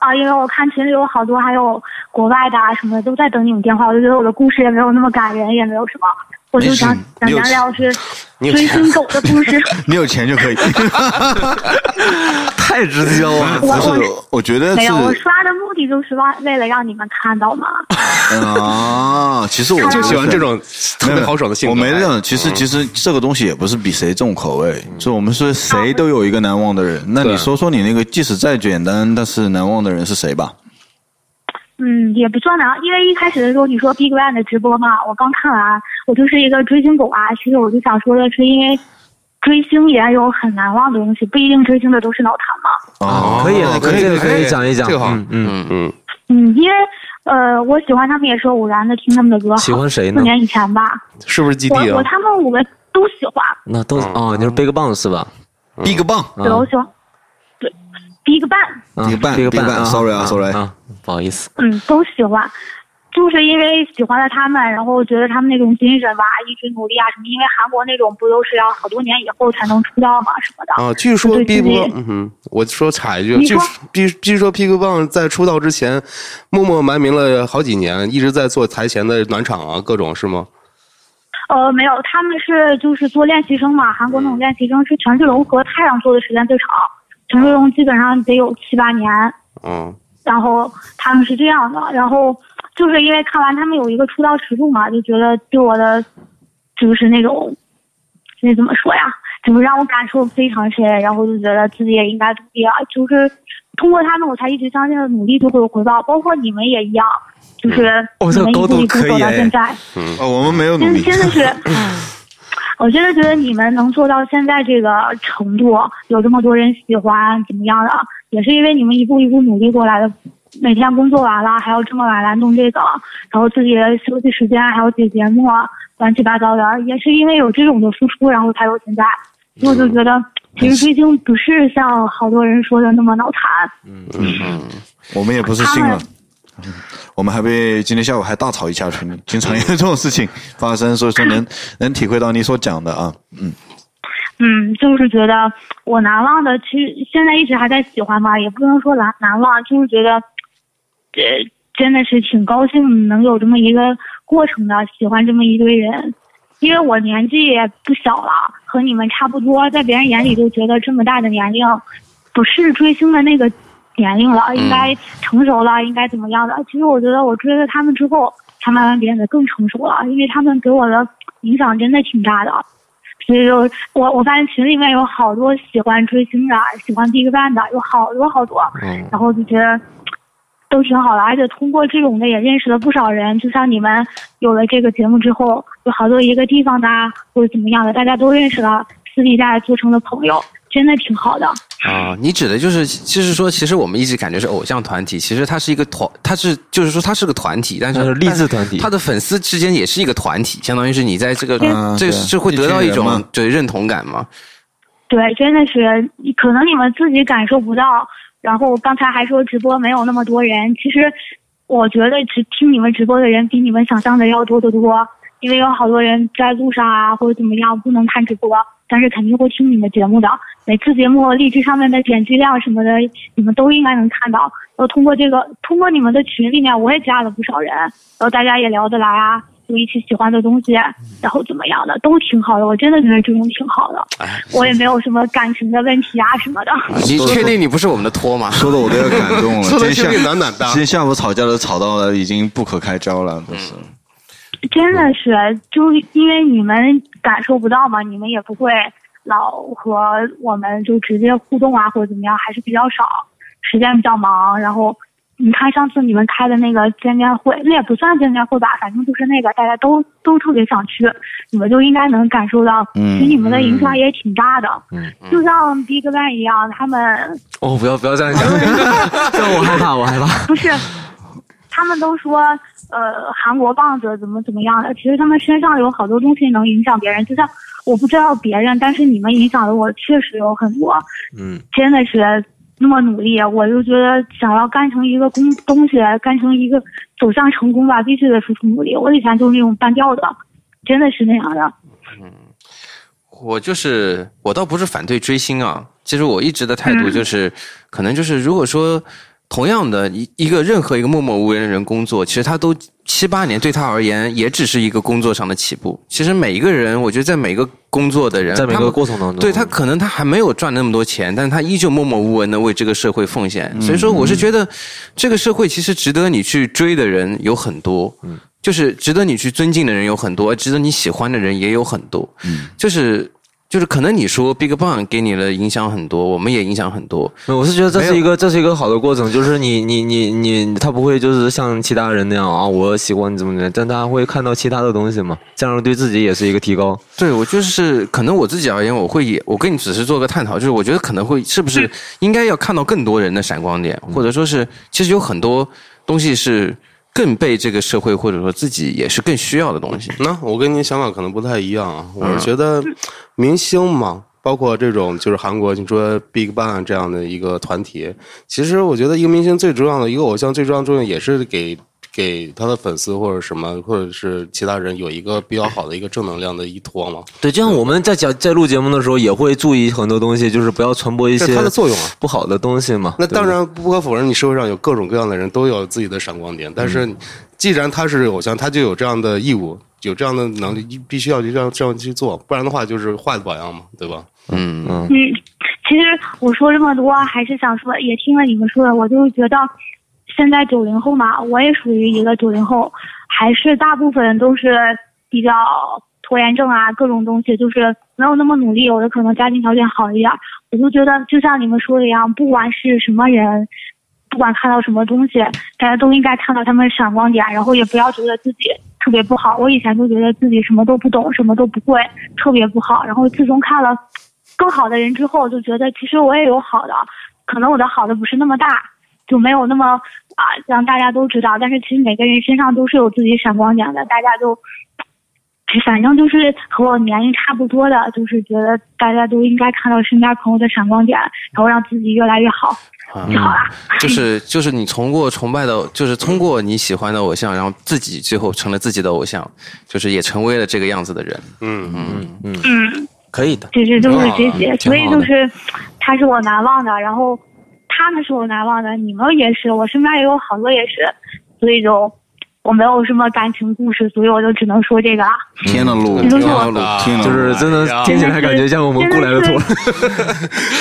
Speaker 12: 啊，因为我看群里有好多还有国外的啊什么的都在等你们电话，我就觉得我的故事也没有那么感人，也没有什么，我就想
Speaker 1: 没
Speaker 12: 想
Speaker 1: 事
Speaker 12: 聊聊是
Speaker 1: 你有
Speaker 12: 追星狗的故 事。
Speaker 1: 你有钱就 可以。
Speaker 3: 太直接了
Speaker 1: 不是，我觉得
Speaker 12: 没
Speaker 1: 是
Speaker 12: 有，我刷的目的戏就是为为了让你们看到嘛。
Speaker 1: 啊，其实我
Speaker 4: 就喜欢这种特别豪爽的性格
Speaker 1: 我没这
Speaker 4: 哎
Speaker 1: 样，其实
Speaker 4: 嗯
Speaker 1: 其实这个东西也不是比谁重口味，就我们是谁都有一个难忘的人。那你说说你那个，即使再简单，但是难忘的人是谁吧？
Speaker 12: 嗯，也不算难，因为一开始的时候你说 BigBang 的直播嘛，我刚看完，我就是一个追星狗啊。其实我就想说的是，因为追星也有很难忘的东西，不一定追星的都是脑残嘛。
Speaker 3: 哦可以，
Speaker 4: 可以
Speaker 3: 这个
Speaker 4: 可以
Speaker 3: 可以讲一讲，
Speaker 4: 这个好
Speaker 3: 嗯嗯
Speaker 4: 啊嗯，
Speaker 12: 嗯，因为呃，我喜欢他们也是偶然的听他们的歌，
Speaker 3: 喜欢谁呢啊
Speaker 12: 四年以前吧，
Speaker 4: 是不是基
Speaker 12: 我我他们五个都喜欢，
Speaker 3: 那都哦，你是 Big Bang 是吧嗯
Speaker 1: ？Big Bang，
Speaker 3: 啊
Speaker 12: 对，我喜欢，对，BigBang。
Speaker 1: Big Bang
Speaker 3: Big
Speaker 1: Big
Speaker 3: Bang，
Speaker 1: Bang，
Speaker 3: 啊
Speaker 1: sorry 啊，sorry
Speaker 3: 啊，不好意思，
Speaker 12: 嗯，都喜欢，就是因为喜欢了他们，然后觉得他们那种精神吧，一直努力啊什么。因为韩国那种不都是要好多年以后才能出道嘛什么的。
Speaker 4: 啊，据说
Speaker 12: 对
Speaker 4: B
Speaker 12: 对
Speaker 4: 波
Speaker 12: 对，
Speaker 4: 嗯哼，我说插一句，
Speaker 12: 你
Speaker 4: 据
Speaker 12: 说
Speaker 4: 据据说 P 哥棒在出道之前，默默埋名了好几年，一直在做台前的暖场啊，各种是吗？
Speaker 12: 呃，没有，他们是就是做练习生嘛，韩国那
Speaker 3: 嗯
Speaker 12: 种练习生是权志龙和太阳做的时间最长，权志龙基本上得有七八年，
Speaker 4: 嗯，
Speaker 12: 然后他们是这样的，然后就是因为看完他们有一个出道实录嘛，就觉得对我的就是那种那怎么说呀，就是让我感受非常深，然后就觉得自己也应该努力啊，就是通过他们我才一直相信努力就会有回报，包括你们也一样，就是
Speaker 1: 哦
Speaker 12: 你
Speaker 1: 这个
Speaker 12: 们一
Speaker 1: 高
Speaker 12: 步
Speaker 1: 度
Speaker 12: 一步
Speaker 1: 可以
Speaker 12: 走到
Speaker 1: 哎
Speaker 12: 现在，
Speaker 1: 嗯，哦，我们没有努
Speaker 12: 真
Speaker 1: 力，
Speaker 12: 真的 是。我真的觉得你们能做到现在这个程度，有这么多人喜欢，怎么样的，也是因为你们一步一步努力过来的。每天工作完了还要这么晚来弄这个，然后自己的休息时间还要写节目，乱七八糟的，也是因为有这种的付出，然后才有现在。所以我就觉
Speaker 1: 嗯
Speaker 12: 得，其实追星不是像好多人说的那么脑残。
Speaker 1: 嗯，我们也不是信了。我们还被今天下午还大吵一架群，经常有这种事情发生，所以说能能体会到你所讲的啊，嗯，
Speaker 12: 嗯，就是觉得我难忘的，其实现在一直还在喜欢嘛，也不能说难难忘，就是觉得，这、真的是挺高兴能有这么一个过程的，喜欢这么一堆人，因为我年纪也不小了，和你们差不多，在别人眼里都觉得这么大的年龄，不是追星的那个年龄了，应该成熟了，应该怎么样的？其实我觉得我追了他们之后，才慢慢变得更成熟了，因为他们给我的影响真的挺大的。所以就我我发现群里面有好多喜欢追星的，喜欢 BigBang 的，有好多好多，
Speaker 13: 嗯
Speaker 12: 然后就觉得都挺好的，而且通过这种的也认识了不少人。就像你们有了这个节目之后，有好多一个地方的啊或者怎么样的，大家都认识了，私底下也做成了朋友，真的挺好的。
Speaker 2: 啊，你指的就是，就是说，其实我们一直感觉是偶像团体，其实它是一个团，它是就是说它是个团体，但
Speaker 3: 它
Speaker 2: 是
Speaker 3: 是励志团体
Speaker 2: 它的粉丝之间也是一个团体，相当于是你在这个，
Speaker 12: 嗯
Speaker 2: 这
Speaker 12: 对
Speaker 2: 是会得到
Speaker 1: 一
Speaker 2: 一
Speaker 1: 群人
Speaker 2: 种
Speaker 1: 嘛
Speaker 2: 对认同感嘛？
Speaker 12: 对，真的是，可能你们自己感受不到。然后刚才还说直播没有那么多人，其实我觉得只听你们直播的人比你们想象的要多得多，因为有好多人在路上啊或者怎么样不能看直播，但是肯定会听你们节目的。每次节目荔枝上面的点击量什么的，你们都应该能看到。然后通过这个，通过你们的群里面，我也加了不少人，然后大家也聊得来啊，就一起喜欢的东西，然后怎么样的都挺好的。我真的觉得这种挺好的，我也没有什么感情的问题啊什么的。
Speaker 2: 你确定你不是我们的托吗？
Speaker 1: 说的我都要感动了，
Speaker 2: 说得
Speaker 1: 今天下
Speaker 2: 心里暖暖的
Speaker 1: 今天下午吵架都吵到了，已经不可开交了，真是。
Speaker 12: 真的是，就是因为你们感受不到嘛，你们也不会老和我们就直接互动啊，或者怎么样，还是比较少，时间比较忙。然后你看上次你们开的那个见面会，那也不算见面会吧，反正就是那个大家都都特别想去，你们就应该能感受到，
Speaker 3: 嗯
Speaker 12: 其实你们的影响也挺大的，
Speaker 3: 嗯
Speaker 12: 就像 BigBang 一样，他们
Speaker 3: 哦，不要不要这样讲， 这我害怕，我害怕。
Speaker 12: 不是，他们都说呃韩国棒子怎么怎么样的，其实他们身上有好多东西能影响别人，就像我不知道别人，但是你们影响了我确实有很多，
Speaker 3: 嗯
Speaker 12: 真的是那么努力，我就觉得想要干成一个工东西，干成一个走向成功吧，必须得付出努力。我以前就是那种半吊子，真的是那样的。
Speaker 2: 我就是我倒不是反对追星啊，其实我一直的态度就是，可能就是如果说同样的一一个任何一个默默无闻的人工作，其实他都七八年，对他而言也只是一个工作上的起步。其实每一个人，我觉得在每一个工作的人，
Speaker 3: 在每个
Speaker 2: 他们
Speaker 3: 过程当中
Speaker 2: 对他可能他还没有赚那么多钱，但是他依旧默默无闻的为这个社会奉献。
Speaker 3: 嗯
Speaker 2: 所以说，我是觉得这个社会其实值得你去追的人有很多，
Speaker 3: 嗯
Speaker 2: 就是值得你去尊敬的人有很多，值得你喜欢的人也有很多，
Speaker 3: 嗯
Speaker 2: 就是。就是可能你说 Big Bang 给你的影响很多，我们也影响很多，
Speaker 3: 没有我是觉得这
Speaker 2: 没
Speaker 3: 是
Speaker 2: 有
Speaker 3: 一个这是一个好的过程，就是你你你你他不会就是像其他人那样啊，我喜欢你怎么怎么样，但他会看到其他的东西嘛，这样对自己也是一个提高。
Speaker 2: 对我就是可能我自己而言，我会也我跟你只是做个探讨，就是我觉得可能会是不是应该要看到更多人的闪光点，
Speaker 4: 嗯
Speaker 2: 或者说是其实有很多东西是更被这个社会或者说自己也是更需要的东西。
Speaker 4: 那我跟您想法可能不太一样啊，我
Speaker 2: 嗯
Speaker 4: 是觉得明星嘛，包括这种就是韩国你说 Big Bang 这样的一个团体，其实我觉得一个明星最重要的一个偶像最重要的作用也是给。给他的粉丝或者什么，或者是其他人有一个比较好的一个正能量的依托嘛。
Speaker 3: 对，就像我们在讲在录节目的时候，也会注意很多东西，就是不要传播一
Speaker 4: 这
Speaker 3: 些
Speaker 4: 是它的作用啊
Speaker 3: 不好的东西嘛。
Speaker 4: 那
Speaker 3: 对不
Speaker 4: 当
Speaker 3: 对
Speaker 4: 然不可否认，你社会上有各种各样的人都有自己的闪光点，但是既然他是偶像，他就有这样的义务，有这样的能力，必须要这样这样去做，不然的话就是坏的榜样嘛，对吧？
Speaker 2: 嗯
Speaker 3: 嗯
Speaker 12: 嗯，其实我说这么多，还是想说，也听了你们说的，我就是觉得现在九零后嘛，我也属于一个九零后，还是大部分都是比较拖延症啊，各种东西就是没有那么努力，有的可能家庭条件好一点儿，我就觉得就像你们说的一样，不管是什么人。不管看到什么东西，大家都应该看到他们的闪光点，然后也不要觉得自己特别不好。我以前就觉得自己什么都不懂，什么都不会，特别不好。然后自从看了更好的人之后，就觉得其实我也有好的，可能我的好的不是那么大，就没有那么啊让大家都知道。但是其实每个人身上都是有自己闪光点的，大家就反正就是和我年龄差不多的，就是觉得大家都应该看到身边朋友的闪光点，然后让自己越来越好。
Speaker 2: 嗯，就是就是你通过崇拜的，就是通过你喜欢的偶像，然后自己最后成了自己的偶像，就是也成为了这个样子的人。
Speaker 4: 嗯
Speaker 2: 嗯
Speaker 3: 嗯
Speaker 12: 嗯，
Speaker 3: 可以的，
Speaker 12: 就是就是这
Speaker 2: 挺好
Speaker 12: 些
Speaker 2: 的，
Speaker 12: 所以
Speaker 2: 挺好
Speaker 12: 就
Speaker 2: 的
Speaker 12: 是他是我难忘的，然后他们是我难忘的，你们也是，我身边也有好多也是，所以就我没有什么感情故事，所以我就只能说这个啊。
Speaker 1: 天了噜，
Speaker 12: 嗯
Speaker 1: 天了噜，天了噜，
Speaker 3: 就是真的听起来感觉像我们过来的托儿。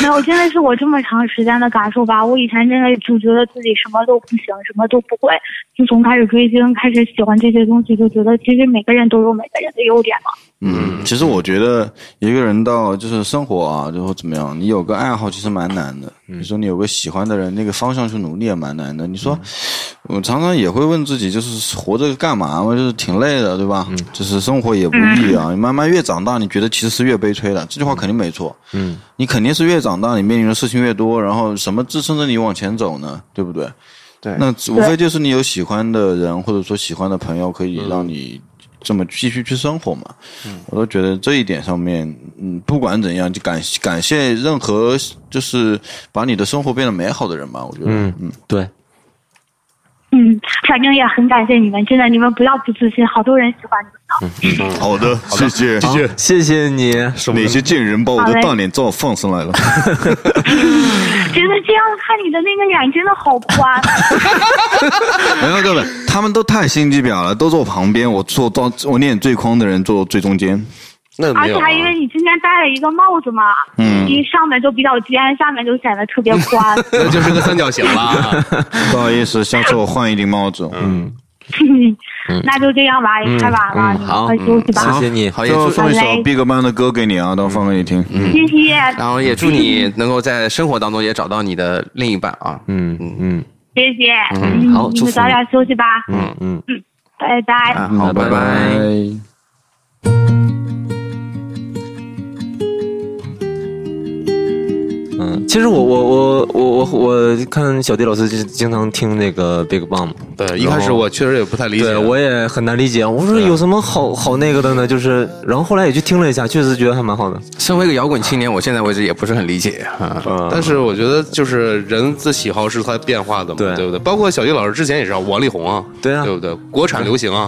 Speaker 12: 没有，真的是我这么长时间的感受吧。我以前真的就觉得自己什么都不行，什么都不会。自从开始追星，开始喜欢这些东西，就觉得其实每个人都有每个人的优点嘛。
Speaker 1: 嗯，其实我觉得一个人到就是生活啊，然后怎么样，你有个爱好其实蛮难的。你说你有个喜欢的人，那个方向去努力也蛮难的。你说，我常常也会问自己，就是活着干嘛嘛？就是挺累的，对吧？就是生活也不易啊。你慢慢越长大，你觉得其实是越悲催的。这句话肯定没错。
Speaker 3: 嗯，
Speaker 1: 你肯定是越长大，你面临的事情越多，然后什么支撑着你往前走呢？对不对？
Speaker 5: 对
Speaker 1: 那无非就是你有喜欢的人，或者说喜欢的朋友，可以让你这么继续去生活嘛。我都觉得这一点上面，嗯，不管怎样，就感感谢任何就是把你的生活变得美好的人吧。我觉得，
Speaker 3: 嗯
Speaker 1: 嗯，
Speaker 3: 对，
Speaker 12: 嗯，反正也很感谢你们，真的，你们不要不自信，好多人喜欢你们。
Speaker 1: 好的，谢谢，
Speaker 3: 好嗯谢谢你，
Speaker 1: 哪些贱人把我
Speaker 12: 好
Speaker 1: 的
Speaker 12: 嘞
Speaker 1: 大脸照放上来了？
Speaker 12: 真的，这样看你的那个脸真的好 宽。啊
Speaker 1: 没有各位，他们都太心机婊了，都坐我旁边，我坐到我脸最宽的人坐最中间。
Speaker 4: 那
Speaker 2: 啊
Speaker 12: 而且还因为你今天戴了一个帽子嘛，
Speaker 1: 嗯
Speaker 12: 一上面就比较尖，下面就显得特别宽。
Speaker 4: 那就是个三角形了。
Speaker 1: 不好意思，下次我换一顶帽子。嗯，
Speaker 2: 嗯
Speaker 12: 那就这样吧，也哎太晚了，你们快休息吧。
Speaker 1: 好最后送一首
Speaker 12: 好嘞
Speaker 1: Big Bang 的歌给你啊，到放给你听。嗯
Speaker 12: 谢谢。
Speaker 2: 然后也祝你能够在生活当中也找到你的另一半啊。
Speaker 3: 嗯嗯嗯
Speaker 12: 谢谢，
Speaker 2: 嗯好
Speaker 12: 你
Speaker 2: 祝福你
Speaker 12: 们早点休息吧，
Speaker 3: 嗯嗯，
Speaker 12: 拜拜。
Speaker 2: 啊好，拜拜。
Speaker 3: 嗯，其实我我我我我我看小迪老师经经常听那个 Big Bang 嘛，
Speaker 4: 对，一开始我确实也不太理解，
Speaker 3: 对我也很难理解，我说有什么好好那个的呢？就是，然后后来也去听了一下，确实觉得还蛮好的。
Speaker 2: 身为一个摇滚青年，我现在为止也不是很理解啊。
Speaker 3: 嗯
Speaker 4: 但是我觉得就是人的喜好是在变化的嘛，对不对？包括小玉老师之前也是啊王力宏啊，
Speaker 3: 对啊
Speaker 4: 对不对？国产流行啊，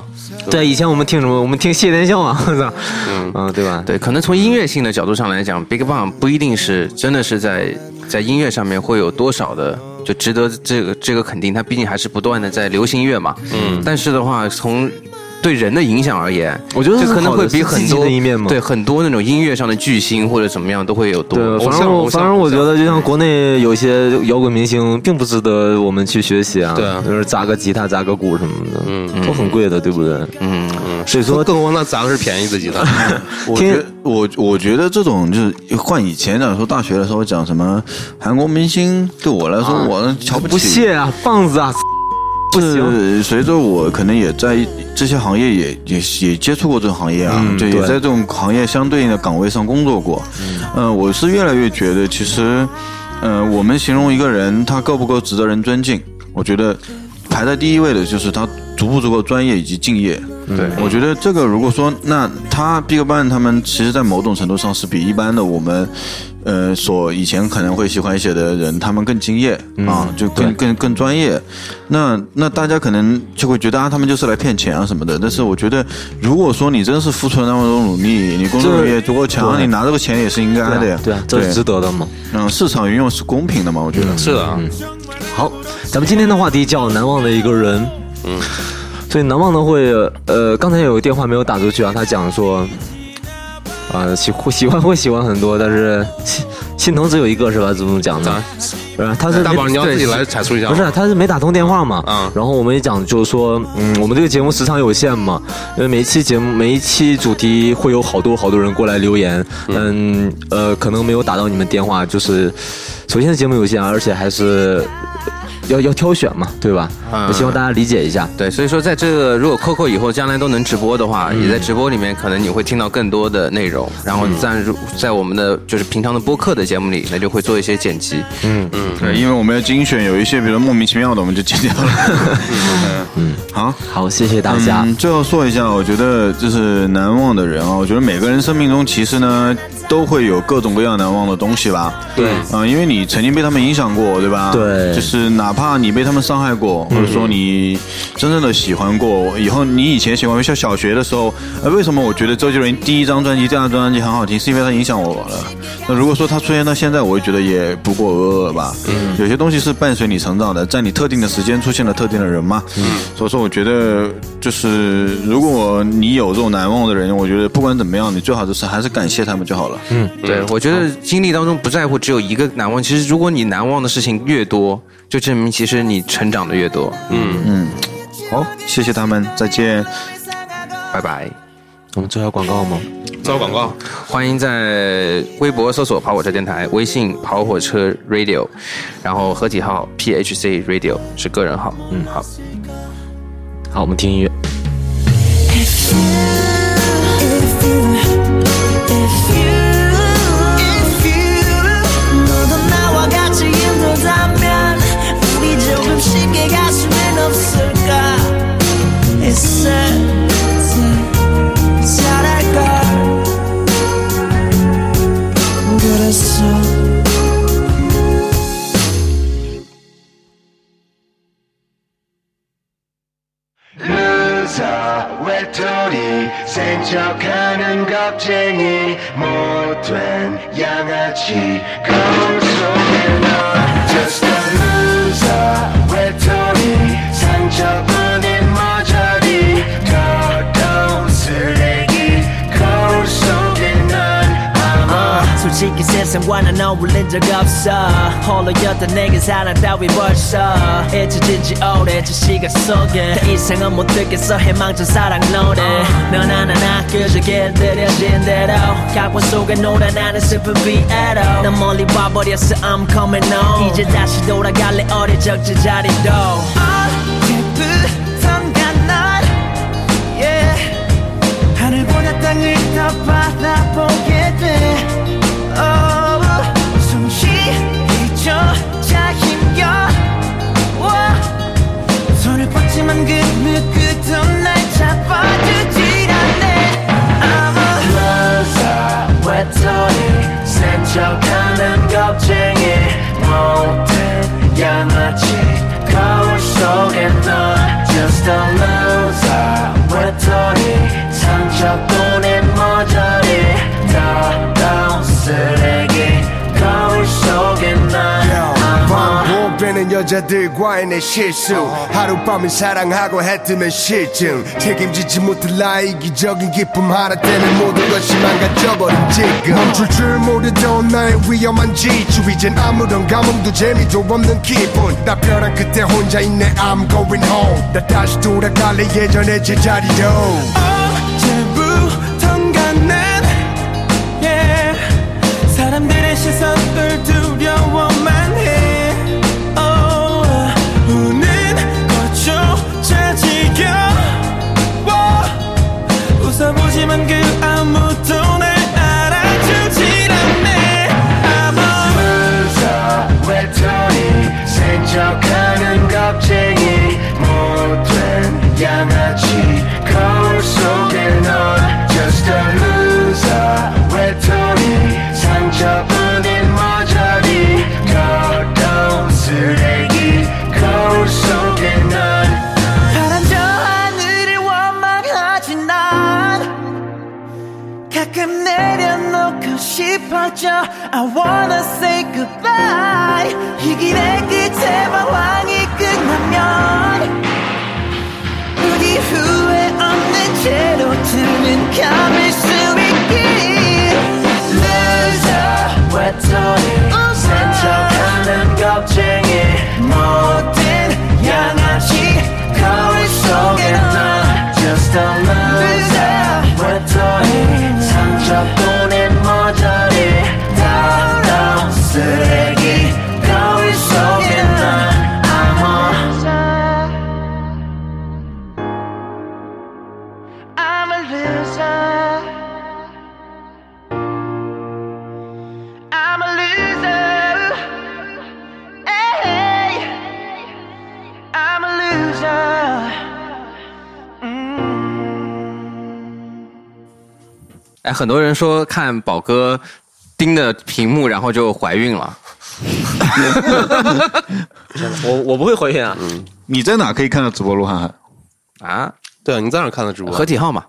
Speaker 3: 对，以前我们听什么？我们听谢天笑 啊，我操，
Speaker 4: 嗯
Speaker 3: 嗯，对吧？
Speaker 2: 对，可能从音乐性的角度上来讲，Big Bang 不一定是真的是在在音乐上面会有多少的就值得这个这个肯定。它毕竟还是不断的在流行音乐嘛，
Speaker 5: 嗯
Speaker 2: 但是的话，从对人的影响而言，
Speaker 3: 我觉得
Speaker 2: 这
Speaker 3: 是
Speaker 2: 可能
Speaker 3: 好的
Speaker 2: 会比
Speaker 3: 是
Speaker 2: 很
Speaker 3: 积极
Speaker 2: 多
Speaker 3: 的一面嘛
Speaker 2: 对很多那种音乐上的巨星或者怎么样都会有多。
Speaker 3: 对，
Speaker 2: 偶
Speaker 3: 呃反
Speaker 2: 像
Speaker 3: 正我
Speaker 2: 偶像
Speaker 3: 反正我觉得，就像国内有些摇滚明星，并不值得我们去学习啊。对啊，就是砸个吉他、砸个鼓什么的，嗯，都很贵的，对不对？
Speaker 2: 嗯
Speaker 3: 嗯。所以说，
Speaker 4: 更何况那砸的是便宜的吉他。
Speaker 1: 我觉得我我觉得这种就是换以前讲说大学的时候讲什么韩国明星，对我来
Speaker 12: 啊
Speaker 1: 说、我瞧不
Speaker 3: 啊
Speaker 1: 起。
Speaker 3: 不屑啊，棒子啊，
Speaker 1: 不行，随着我可能也在这些行业也也也接触过这个行业啊，
Speaker 3: 嗯
Speaker 1: 就也
Speaker 3: 对
Speaker 1: 在这种行业相对应的岗位上工作过。嗯、我是越来越觉得，其实，嗯、我们形容一个人他够不够值得人尊敬，我觉得排在第一位的就是他足不足够专业以及敬业。
Speaker 2: 对
Speaker 1: 我觉得这个如果说那他 BigBang 他们其实，在某种程度上是比一般的我们，呃，所以前可能会喜欢一些的人，他们更敬业、啊，就更更更专业。那那大家可能就会觉得啊，他们就是来骗钱啊什么的。但是我觉得，如果说你真是付出了那么多努力，你工作能力也足够强，
Speaker 3: 对
Speaker 1: 你拿这个钱也是应该的呀。
Speaker 3: 对啊，这是值得的嘛。
Speaker 1: 嗯，市场运用是公平的嘛？我觉得
Speaker 4: 嗯
Speaker 1: 嗯
Speaker 4: 是的。啊
Speaker 3: 好，咱们今天的话题叫难忘的一个人。嗯，所以难忘的会，呃，刚才有个电话没有打出去啊，他讲说，啊，喜喜欢 会喜欢很多，但是心心疼只有一个是吧？怎么讲呢？不是，他是没
Speaker 4: 大宝你要
Speaker 3: 对
Speaker 4: 自己来阐述一下啊
Speaker 3: 不是，他是没打通电话嘛。然后我们也讲，就是说，嗯，我们这个节目时长有限嘛，因为每一期节目、每一期主题会有好多好多人过来留言，嗯，呃，可能没有打到你们电话，就是首先是节目有限，而且还是要要挑选嘛，对吧？
Speaker 2: 嗯
Speaker 3: 我希望大家理解一下。
Speaker 2: 对，所以说在这个如果 Coco 以后将来都能直播的话，也在直播里面可能你会听到更多的内容，然后在如在我们的就是平常的播客的节目里，那就会做一些剪辑。
Speaker 3: 嗯
Speaker 1: 嗯，对，因为我们要精选，有一些比如莫名其妙的，我们就剪掉了。 嗯，好，嗯
Speaker 3: 好，谢谢大家。
Speaker 1: 最后说一下，我觉得就是难忘的人啊，我觉得每个人生命中其实呢都会有各种各样难忘的东西吧。
Speaker 3: 对
Speaker 1: 嗯、因为你曾经被他们影响过，对吧？
Speaker 3: 对
Speaker 1: 就是哪怕你被他们伤害过，或者说你真正的喜欢过，以后你以前喜欢，像小学的时候，呃，为什么我觉得周杰伦第一张专辑、第二张专辑很好听，是因为他影响我了。那如果说他出现到现在，我也觉得也不过尔尔吧。嗯，有些东西是伴随你成长的，在你特定的时间出现了特定的人嘛。嗯，所以说我觉得就是如果你有这种难忘的人，我觉得不管怎么样，你最好就是还是感谢他们就好了。
Speaker 3: 嗯，
Speaker 2: 对，我觉得经历当中不在乎只有一个难忘，其实如果你难忘的事情越多，就证明其实你成长的越多。
Speaker 4: 嗯
Speaker 1: 嗯，好，谢谢他们，再见，
Speaker 2: 拜拜。
Speaker 3: 我们最后广告吗？
Speaker 4: 招广告，
Speaker 2: 欢迎在微博搜索“跑火车电台”，微信“跑火车 Radio”，然后合体号 “PHC Radio” 是个人号。嗯，好。
Speaker 3: 好，我们听音乐。
Speaker 13: 너도 나와 같이 힘들다면 우리 조금 쉽게 가슴엔 없을까 있어 잘할걸 그랬어
Speaker 6: 눈사 외톨이 생척하는 겁쟁이 못된 양아치 거울 속에 너 Just a loser 외톨이 상처뿐인 머저리 더러운 쓰레기 거울 속에 넌 아마
Speaker 13: 솔직히 세상과는 어울린 적 없어 홀로였던 내게 사랑 따위 벌써 잊혀진 지 오래 저 시간 속에 더 이상은 못 듣겠어 해망전 사랑 노래 넌 하나나 그저 길들여진 대로 각본 속에 놀아 나는 슬픈 비애로 난 멀리 와버렸어 I'm coming home 이제 다시 돌아갈래 어릴 적 제자리도
Speaker 14: 어디부턴가 날 yeah. 하늘보다 땅을 더 바라보게 돼 oh. 숨쉬기조차 힘겨워 손을 뻗지만 그 누구도 날 잡아주질 않네 I'm a
Speaker 6: 로사 외톨이 센척하는 겁쟁이 못된 양아치 거울 속에 넌 Just a loser 외톨이 상처뿐인 머저리 다
Speaker 15: 여자들과의 내 실수 하룻밤은 사랑하고 해뜨면 실증 책임지지 못할 나의 이기적인 기쁨 하나 때문에 모든 것이 망가져버린 지금 멈출 줄 모르던 나의 위험한 지추 이젠 아무런 감흥도 재미도 없는 기분 나 변한 그때 혼자 있네 I'm going home 나 다시 돌아갈래 예전의 제자리로
Speaker 16: 언제부턴가 난 yeah, 예. 사람들의 시선을 두려워만 해 oh, 우는 것조차 지겨워 웃어보지만 그 아무도 날 알아주질 않네 아마
Speaker 6: 외톨이 센척하는 겁쟁이 못된 양아치 거울 속에 넌 just a loser 외톨이 상처뿐인 머저리 더러운 쓰레기 거울 속에 넌
Speaker 16: 파란 저 하늘을 원망하지 난 가끔 내려놓고 싶어져 I wanna say goodbye 이 길의 끝에 방황이 끝나면 우리 후회 없는 채로 드는 감일 수 있길
Speaker 6: loser 외톨이 센척하는 겁쟁이 모든 양아치 거울 속에 넌 just a loser 외톨이 상처뿐인 머저리 더러운 쓰레기 거울 속에 넌 I'm a
Speaker 16: I'm a loser I'm a loser hey I'm a loser
Speaker 2: 哎，很多人说看宝哥盯着屏幕，然后就怀孕了。
Speaker 17: 我我不会怀孕啊。
Speaker 4: 嗯
Speaker 1: 你在哪可以看到直播鹿晗晗？
Speaker 2: 啊，
Speaker 4: 对啊，你在哪看的直播？
Speaker 2: 合体号嘛。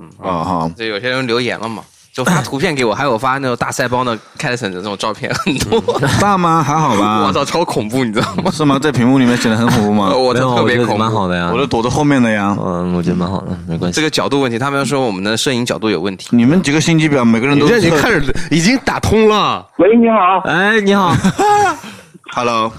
Speaker 1: 嗯，哦好，
Speaker 2: 就有些人留言了嘛，就发图片给我，还有发那种大腮帮的凯森的这种照片，很
Speaker 3: 嗯
Speaker 2: 多。
Speaker 1: 大吗？还好吧。
Speaker 2: 我操，超恐怖，你知道吗？
Speaker 1: 是吗？在屏幕里面显得很恐怖吗？
Speaker 2: 我的特别恐怖，
Speaker 1: 我都躲在后面的呀。
Speaker 17: 嗯，我觉得蛮好的，没关系。
Speaker 2: 这个角度问题，他们说我们的摄影角度有问题。
Speaker 1: 你们几个心机婊，每个人都
Speaker 2: 你这已经开始
Speaker 1: 已经打通了。
Speaker 18: 喂，你好。
Speaker 17: 哎，你好。
Speaker 1: Hello。